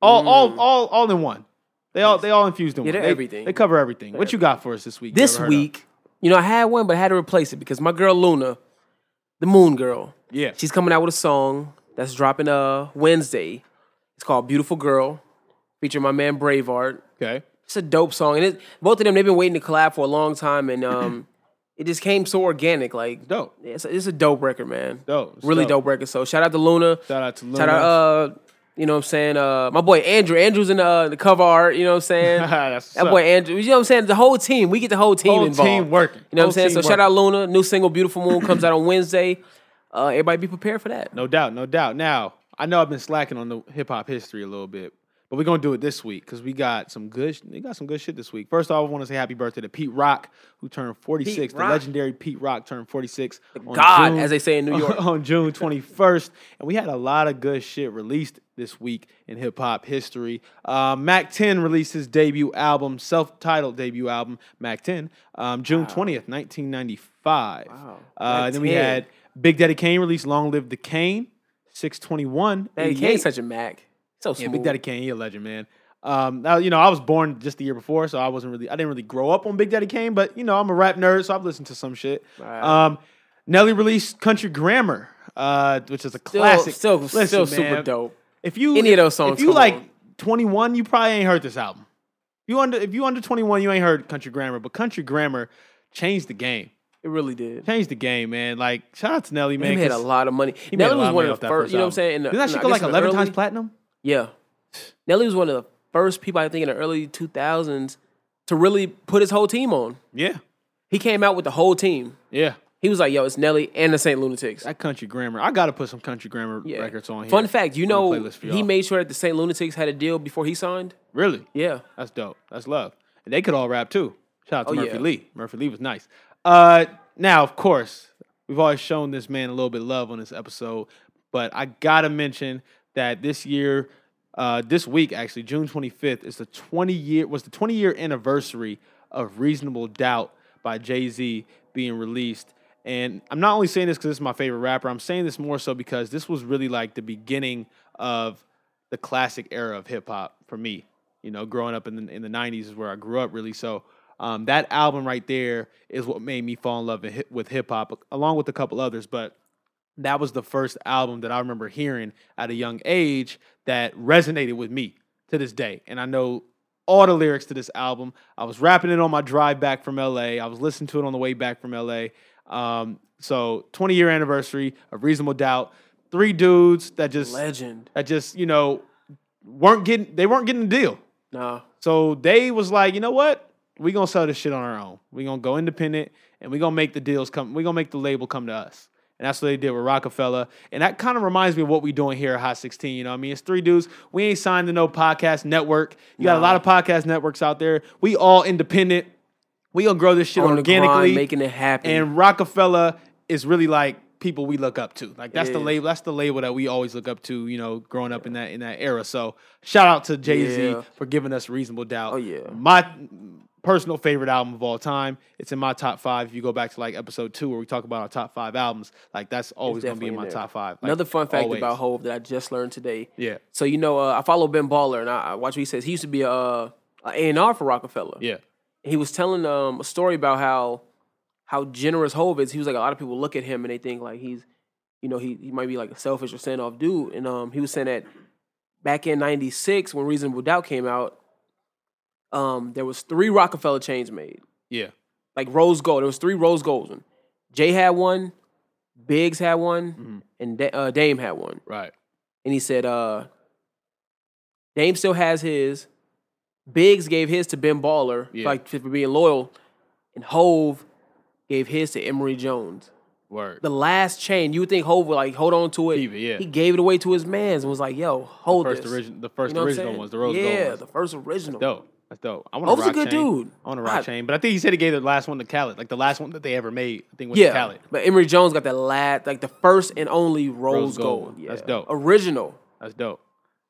Speaker 3: all, all, all, all in one. They all, they all infused in one.
Speaker 2: Mm. they're
Speaker 3: They-
Speaker 2: everything.
Speaker 3: They cover everything. What you got for us this week? you
Speaker 2: this
Speaker 3: ever heard of?
Speaker 2: week, you know, I had one, but I had to replace it because my girl Luna, the Moon Girl,
Speaker 3: yeah,
Speaker 2: she's coming out with a song that's dropping uh Wednesday. It's called "Beautiful Girl," featuring my man Braveheart.
Speaker 3: okay.
Speaker 2: It's a dope song, and it, both of them they've been waiting to collab for a long time, and um, it just came so organic. Like
Speaker 3: Dope.
Speaker 2: it's a, it's a dope record, man.
Speaker 3: Dope. It's
Speaker 2: really
Speaker 3: dope.
Speaker 2: dope. record. So shout out to Luna.
Speaker 3: Shout out to Luna.
Speaker 2: Shout out, uh, you know what I'm saying? Uh, my boy Andrew. Andrew's in the, uh, the cover art. You know what I'm saying?
Speaker 3: That's what's
Speaker 2: that boy
Speaker 3: up.
Speaker 2: Andrew. You know what I'm saying? The whole team. We get the whole team
Speaker 3: Whole
Speaker 2: involved.
Speaker 3: team working.
Speaker 2: You know what
Speaker 3: Whole
Speaker 2: I'm saying? So
Speaker 3: team
Speaker 2: shout out Luna. New single "Beautiful Moon" comes out on Wednesday. Uh, everybody be prepared for that.
Speaker 3: No doubt, no doubt. Now, I know I've been slacking on the hip hop history a little bit, but we're gonna do it this week because we got some good sh- we got some good shit this week. First off, I want to say happy birthday to Pete Rock, who turned 46. the
Speaker 2: Rock.
Speaker 3: legendary Pete Rock turned 46. on
Speaker 2: God, as they say in New York.
Speaker 3: on June 21st. And we had a lot of good shit released this week in hip hop history. Uh, Mac 10 released his debut album, self titled debut album, Mac 10, um, June 20th, 1995. Wow. Uh,
Speaker 2: Mac
Speaker 3: then we
Speaker 2: 10.
Speaker 3: had Big Daddy Kane released Long Live the Kane, 621.
Speaker 2: Hey, he
Speaker 3: 88.
Speaker 2: ain't such a Mac. So smooth.
Speaker 3: Yeah, Big Daddy Kane, he a legend, man. Um, now, you know, I was born just the year before, so I wasn't really, I didn't really grow up on Big Daddy Kane, but you know, I'm a rap nerd, so I've listened to some shit.
Speaker 2: Right.
Speaker 3: Um, Nelly released Country Grammar, uh, which is a classic.
Speaker 2: Still,
Speaker 3: Listen,
Speaker 2: still super
Speaker 3: man,
Speaker 2: dope.
Speaker 3: If you
Speaker 2: Any of those songs,
Speaker 3: if you
Speaker 2: come
Speaker 3: like
Speaker 2: on.
Speaker 3: 21, you probably ain't heard this album. If you under, if you under 21, you ain't heard Country Grammar, but Country Grammar changed the game.
Speaker 2: It really did.
Speaker 3: Changed the game, man. Like shout out to Nelly, man.
Speaker 2: He made a
Speaker 3: 'cause
Speaker 2: lot of money.
Speaker 3: he made
Speaker 2: Nelly
Speaker 3: a lot
Speaker 2: was one
Speaker 3: money
Speaker 2: of
Speaker 3: off
Speaker 2: the
Speaker 3: that
Speaker 2: first. You know what I'm
Speaker 3: album.
Speaker 2: saying? In the-
Speaker 3: Didn't that
Speaker 2: in
Speaker 3: shit
Speaker 2: the-
Speaker 3: go
Speaker 2: I
Speaker 3: like
Speaker 2: guess in the
Speaker 3: 11
Speaker 2: early-
Speaker 3: times platinum?
Speaker 2: Yeah. Nelly was one of the first people I think in the early 2000s to really put his whole team on.
Speaker 3: Yeah,
Speaker 2: He came out with the whole team.
Speaker 3: yeah.
Speaker 2: He was like, "Yo, it's Nelly and the Saint Lunatics."
Speaker 3: That country grammar. I gotta put some country grammar
Speaker 2: Yeah.
Speaker 3: records on here.
Speaker 2: Fun fact, you
Speaker 3: on the
Speaker 2: know,
Speaker 3: playlist for
Speaker 2: he
Speaker 3: y'all.
Speaker 2: made sure that the Saint Lunatics had a deal before he signed.
Speaker 3: really.
Speaker 2: Yeah,
Speaker 3: That's dope. That's love. And they could all rap too. Shout out to
Speaker 2: Oh,
Speaker 3: Murphy
Speaker 2: yeah.
Speaker 3: Lee. Murphy Lee was nice. Uh, now, of course, we've always shown this man a little bit of love on this episode, but I gotta mention that this year, uh, this week actually, June 25th is the 20 year was the 20 year anniversary of Reasonable Doubt by Jay Z being released. And I'm not only saying this because it's my favorite rapper. I'm saying this more so because this was really like the beginning of the classic era of hip hop for me. You know, growing up in the in the '90s is where I grew up, really. So um, that album right there is what made me fall in love with hi- with hip hop, along with a couple others. But that was the first album that I remember hearing at a young age that resonated with me to this day. And I know all the lyrics to this album. I was rapping it on my drive back from LA. I was listening to it on the way back from LA. Um, so 20 year anniversary of Reasonable Doubt. Three dudes that just
Speaker 2: legend.
Speaker 3: that just you know weren't getting they weren't getting a deal.
Speaker 2: Nah,
Speaker 3: So they was like, you know what? We gonna sell this shit on our own. We gonna go independent and we gonna make the deals come. We gonna make the label come to us. And that's what they did with Rockefeller. And that kind of reminds me of what we doing here at Hot 16. You know what I mean? It's three dudes. We ain't signed to no podcast network. You got a lot of podcast networks out there. We all independent. We gonna grow this shit
Speaker 2: on the
Speaker 3: organically.
Speaker 2: grind, making it happen.
Speaker 3: And Rockefeller is really like people we look up to. Like that's the
Speaker 2: is.
Speaker 3: label. That's the label that we always look up to. You know, growing up in that in that era. So shout out to Jay Z
Speaker 2: Yeah.
Speaker 3: for giving us reasonable doubt.
Speaker 2: Oh, yeah.
Speaker 3: my personal favorite album of all time. It's in my top five. If you go back to like episode two where we talk about our top five albums, like that's always gonna be in my
Speaker 2: definitely in there.
Speaker 3: top five. Like,
Speaker 2: Another fun fact
Speaker 3: always.
Speaker 2: about Hove that I just learned today.
Speaker 3: Yeah.
Speaker 2: So you know, uh, I follow Ben Baller and I, I watch what he says. He used to be a uh, A and R for Rockefeller.
Speaker 3: yeah,
Speaker 2: He was telling um, a story about how how generous Hove is. He was like a lot of people look at him and they think like he's you know he he might be like a selfish or send off dude. And um, he was saying that back in '96 when Reasonable Doubt came out, um, there was three Rockefeller chains made
Speaker 3: yeah,
Speaker 2: like rose gold. There was three rose golds. One. Jay had one, Biggs had one, and da- uh, Dame had one.
Speaker 3: right,
Speaker 2: And he said, uh, Dame still has his. Biggs gave his to Ben Baller,
Speaker 3: Yeah.
Speaker 2: like for being loyal, and Hove gave his to Emory Jones.
Speaker 3: word.
Speaker 2: The last chain, you would think Hove would like hold on to it.
Speaker 3: Keep it, yeah.
Speaker 2: He gave it away to his mans and was like, "Yo, hold
Speaker 3: first
Speaker 2: this."
Speaker 3: origin, the first
Speaker 2: You know what I'm
Speaker 3: original
Speaker 2: saying?
Speaker 3: ones, the rose
Speaker 2: yeah,
Speaker 3: gold ones.
Speaker 2: the first original.
Speaker 3: dope. That's dope. I want
Speaker 2: Hope's
Speaker 3: a
Speaker 2: a
Speaker 3: rock
Speaker 2: good
Speaker 3: chain.
Speaker 2: dude.
Speaker 3: I want a rock
Speaker 2: I-
Speaker 3: chain, but I think he said he gave the last one to Khaled, like the last one that they ever made. I think was
Speaker 2: yeah,
Speaker 3: Khaled.
Speaker 2: but Emory Jones got that lad, like the first and only
Speaker 3: Rose
Speaker 2: rose,
Speaker 3: gold.
Speaker 2: gold. Yeah.
Speaker 3: That's dope.
Speaker 2: Original.
Speaker 3: That's dope.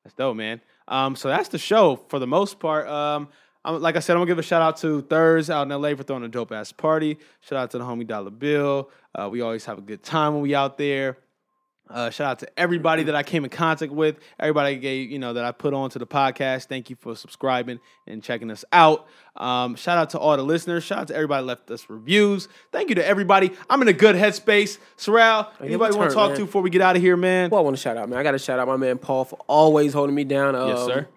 Speaker 3: That's dope, man. Um, so that's the show for the most part. Um, I'm, like I said, I'm gonna give a shout out to Thurs out in LA for throwing a dope ass party. Shout out to the homie Dollar Bill. Uh, we always have a good time when we out there. Uh, shout out to everybody that I came in contact with, everybody that gave you know that I put on to the podcast. Thank you for subscribing and checking us out. Um, shout out to all the listeners. Shout out to everybody that left us reviews. Thank you to everybody. I'm in a good headspace. Sorrel, anybody want
Speaker 2: turn,
Speaker 3: to talk
Speaker 2: man.
Speaker 3: to before we get out of here, man?
Speaker 2: Well, Oh, I want to shout out, man. I got to shout out my man Paul for always holding me down. Um,
Speaker 3: yes, sir.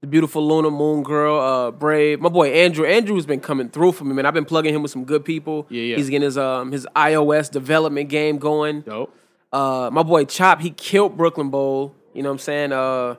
Speaker 2: The beautiful Luna Moon Girl, uh, Brave. My boy Andrew. Andrew's been coming through for me, man. I've been plugging him with some good people.
Speaker 3: Yeah, yeah.
Speaker 2: He's getting his um his iOS development game going.
Speaker 3: Dope.
Speaker 2: Uh, my boy Chop, he killed Brooklyn Bowl. You know what I'm saying? Uh,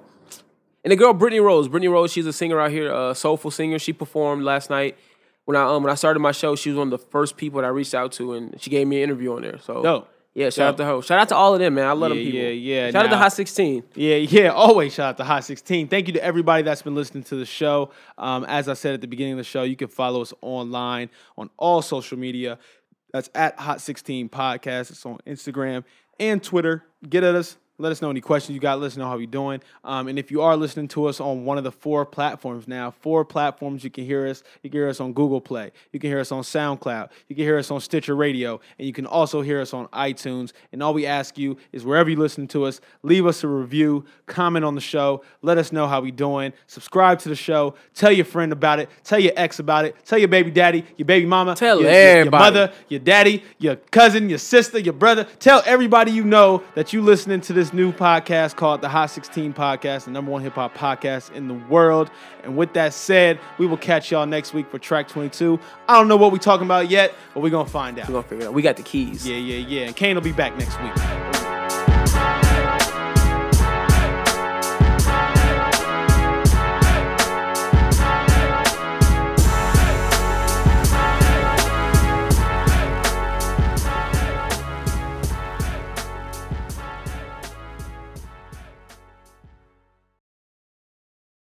Speaker 2: and the girl Brittany Rose. Brittany Rose, she's a singer out here, a soulful singer. She performed last night. When I um when I started my show, she was one of the first people that I reached out to, and she gave me an interview on there. So
Speaker 3: Dope.
Speaker 2: yeah, shout
Speaker 3: Dope.
Speaker 2: out to her. Shout out to all of them, man. I love
Speaker 3: Yeah,
Speaker 2: them people.
Speaker 3: yeah, yeah.
Speaker 2: Shout out to
Speaker 3: Now-
Speaker 2: Hot 16.
Speaker 3: Yeah, yeah. Always shout out to Hot 16. Thank you to everybody that's been listening to the show. Um, as I said at the beginning of the show, you can follow us online on all social media. That's at Hot 16 Podcast. It's on Instagram and Twitter. Get at us. Let us know any questions you got. Let us know how you're doing. Um, and if you are listening to us on one of the four platforms now, four platforms you can hear us. You can hear us on Google Play. You can hear us on SoundCloud. You can hear us on Stitcher Radio. And you can also hear us on iTunes. And all we ask you is wherever you listen to us, leave us a review, comment on the show, let us know how we doing, subscribe to the show, tell your friend about it, tell your ex about it, tell your baby daddy, your baby mama,
Speaker 2: Tell
Speaker 3: your, your- your
Speaker 2: everybody.
Speaker 3: mother, your daddy, your cousin, your sister, your brother. Tell everybody you know that you listening to this new podcast called the Hot 16 Podcast, the number one hip hop podcast in the world. And with that said, we will catch y'all next week for track 22. I don't know what we're talking about yet, but we're going to find out.
Speaker 2: We're gonna figure it out. We got the keys.
Speaker 3: Yeah, yeah, yeah. And Kane will be back next week.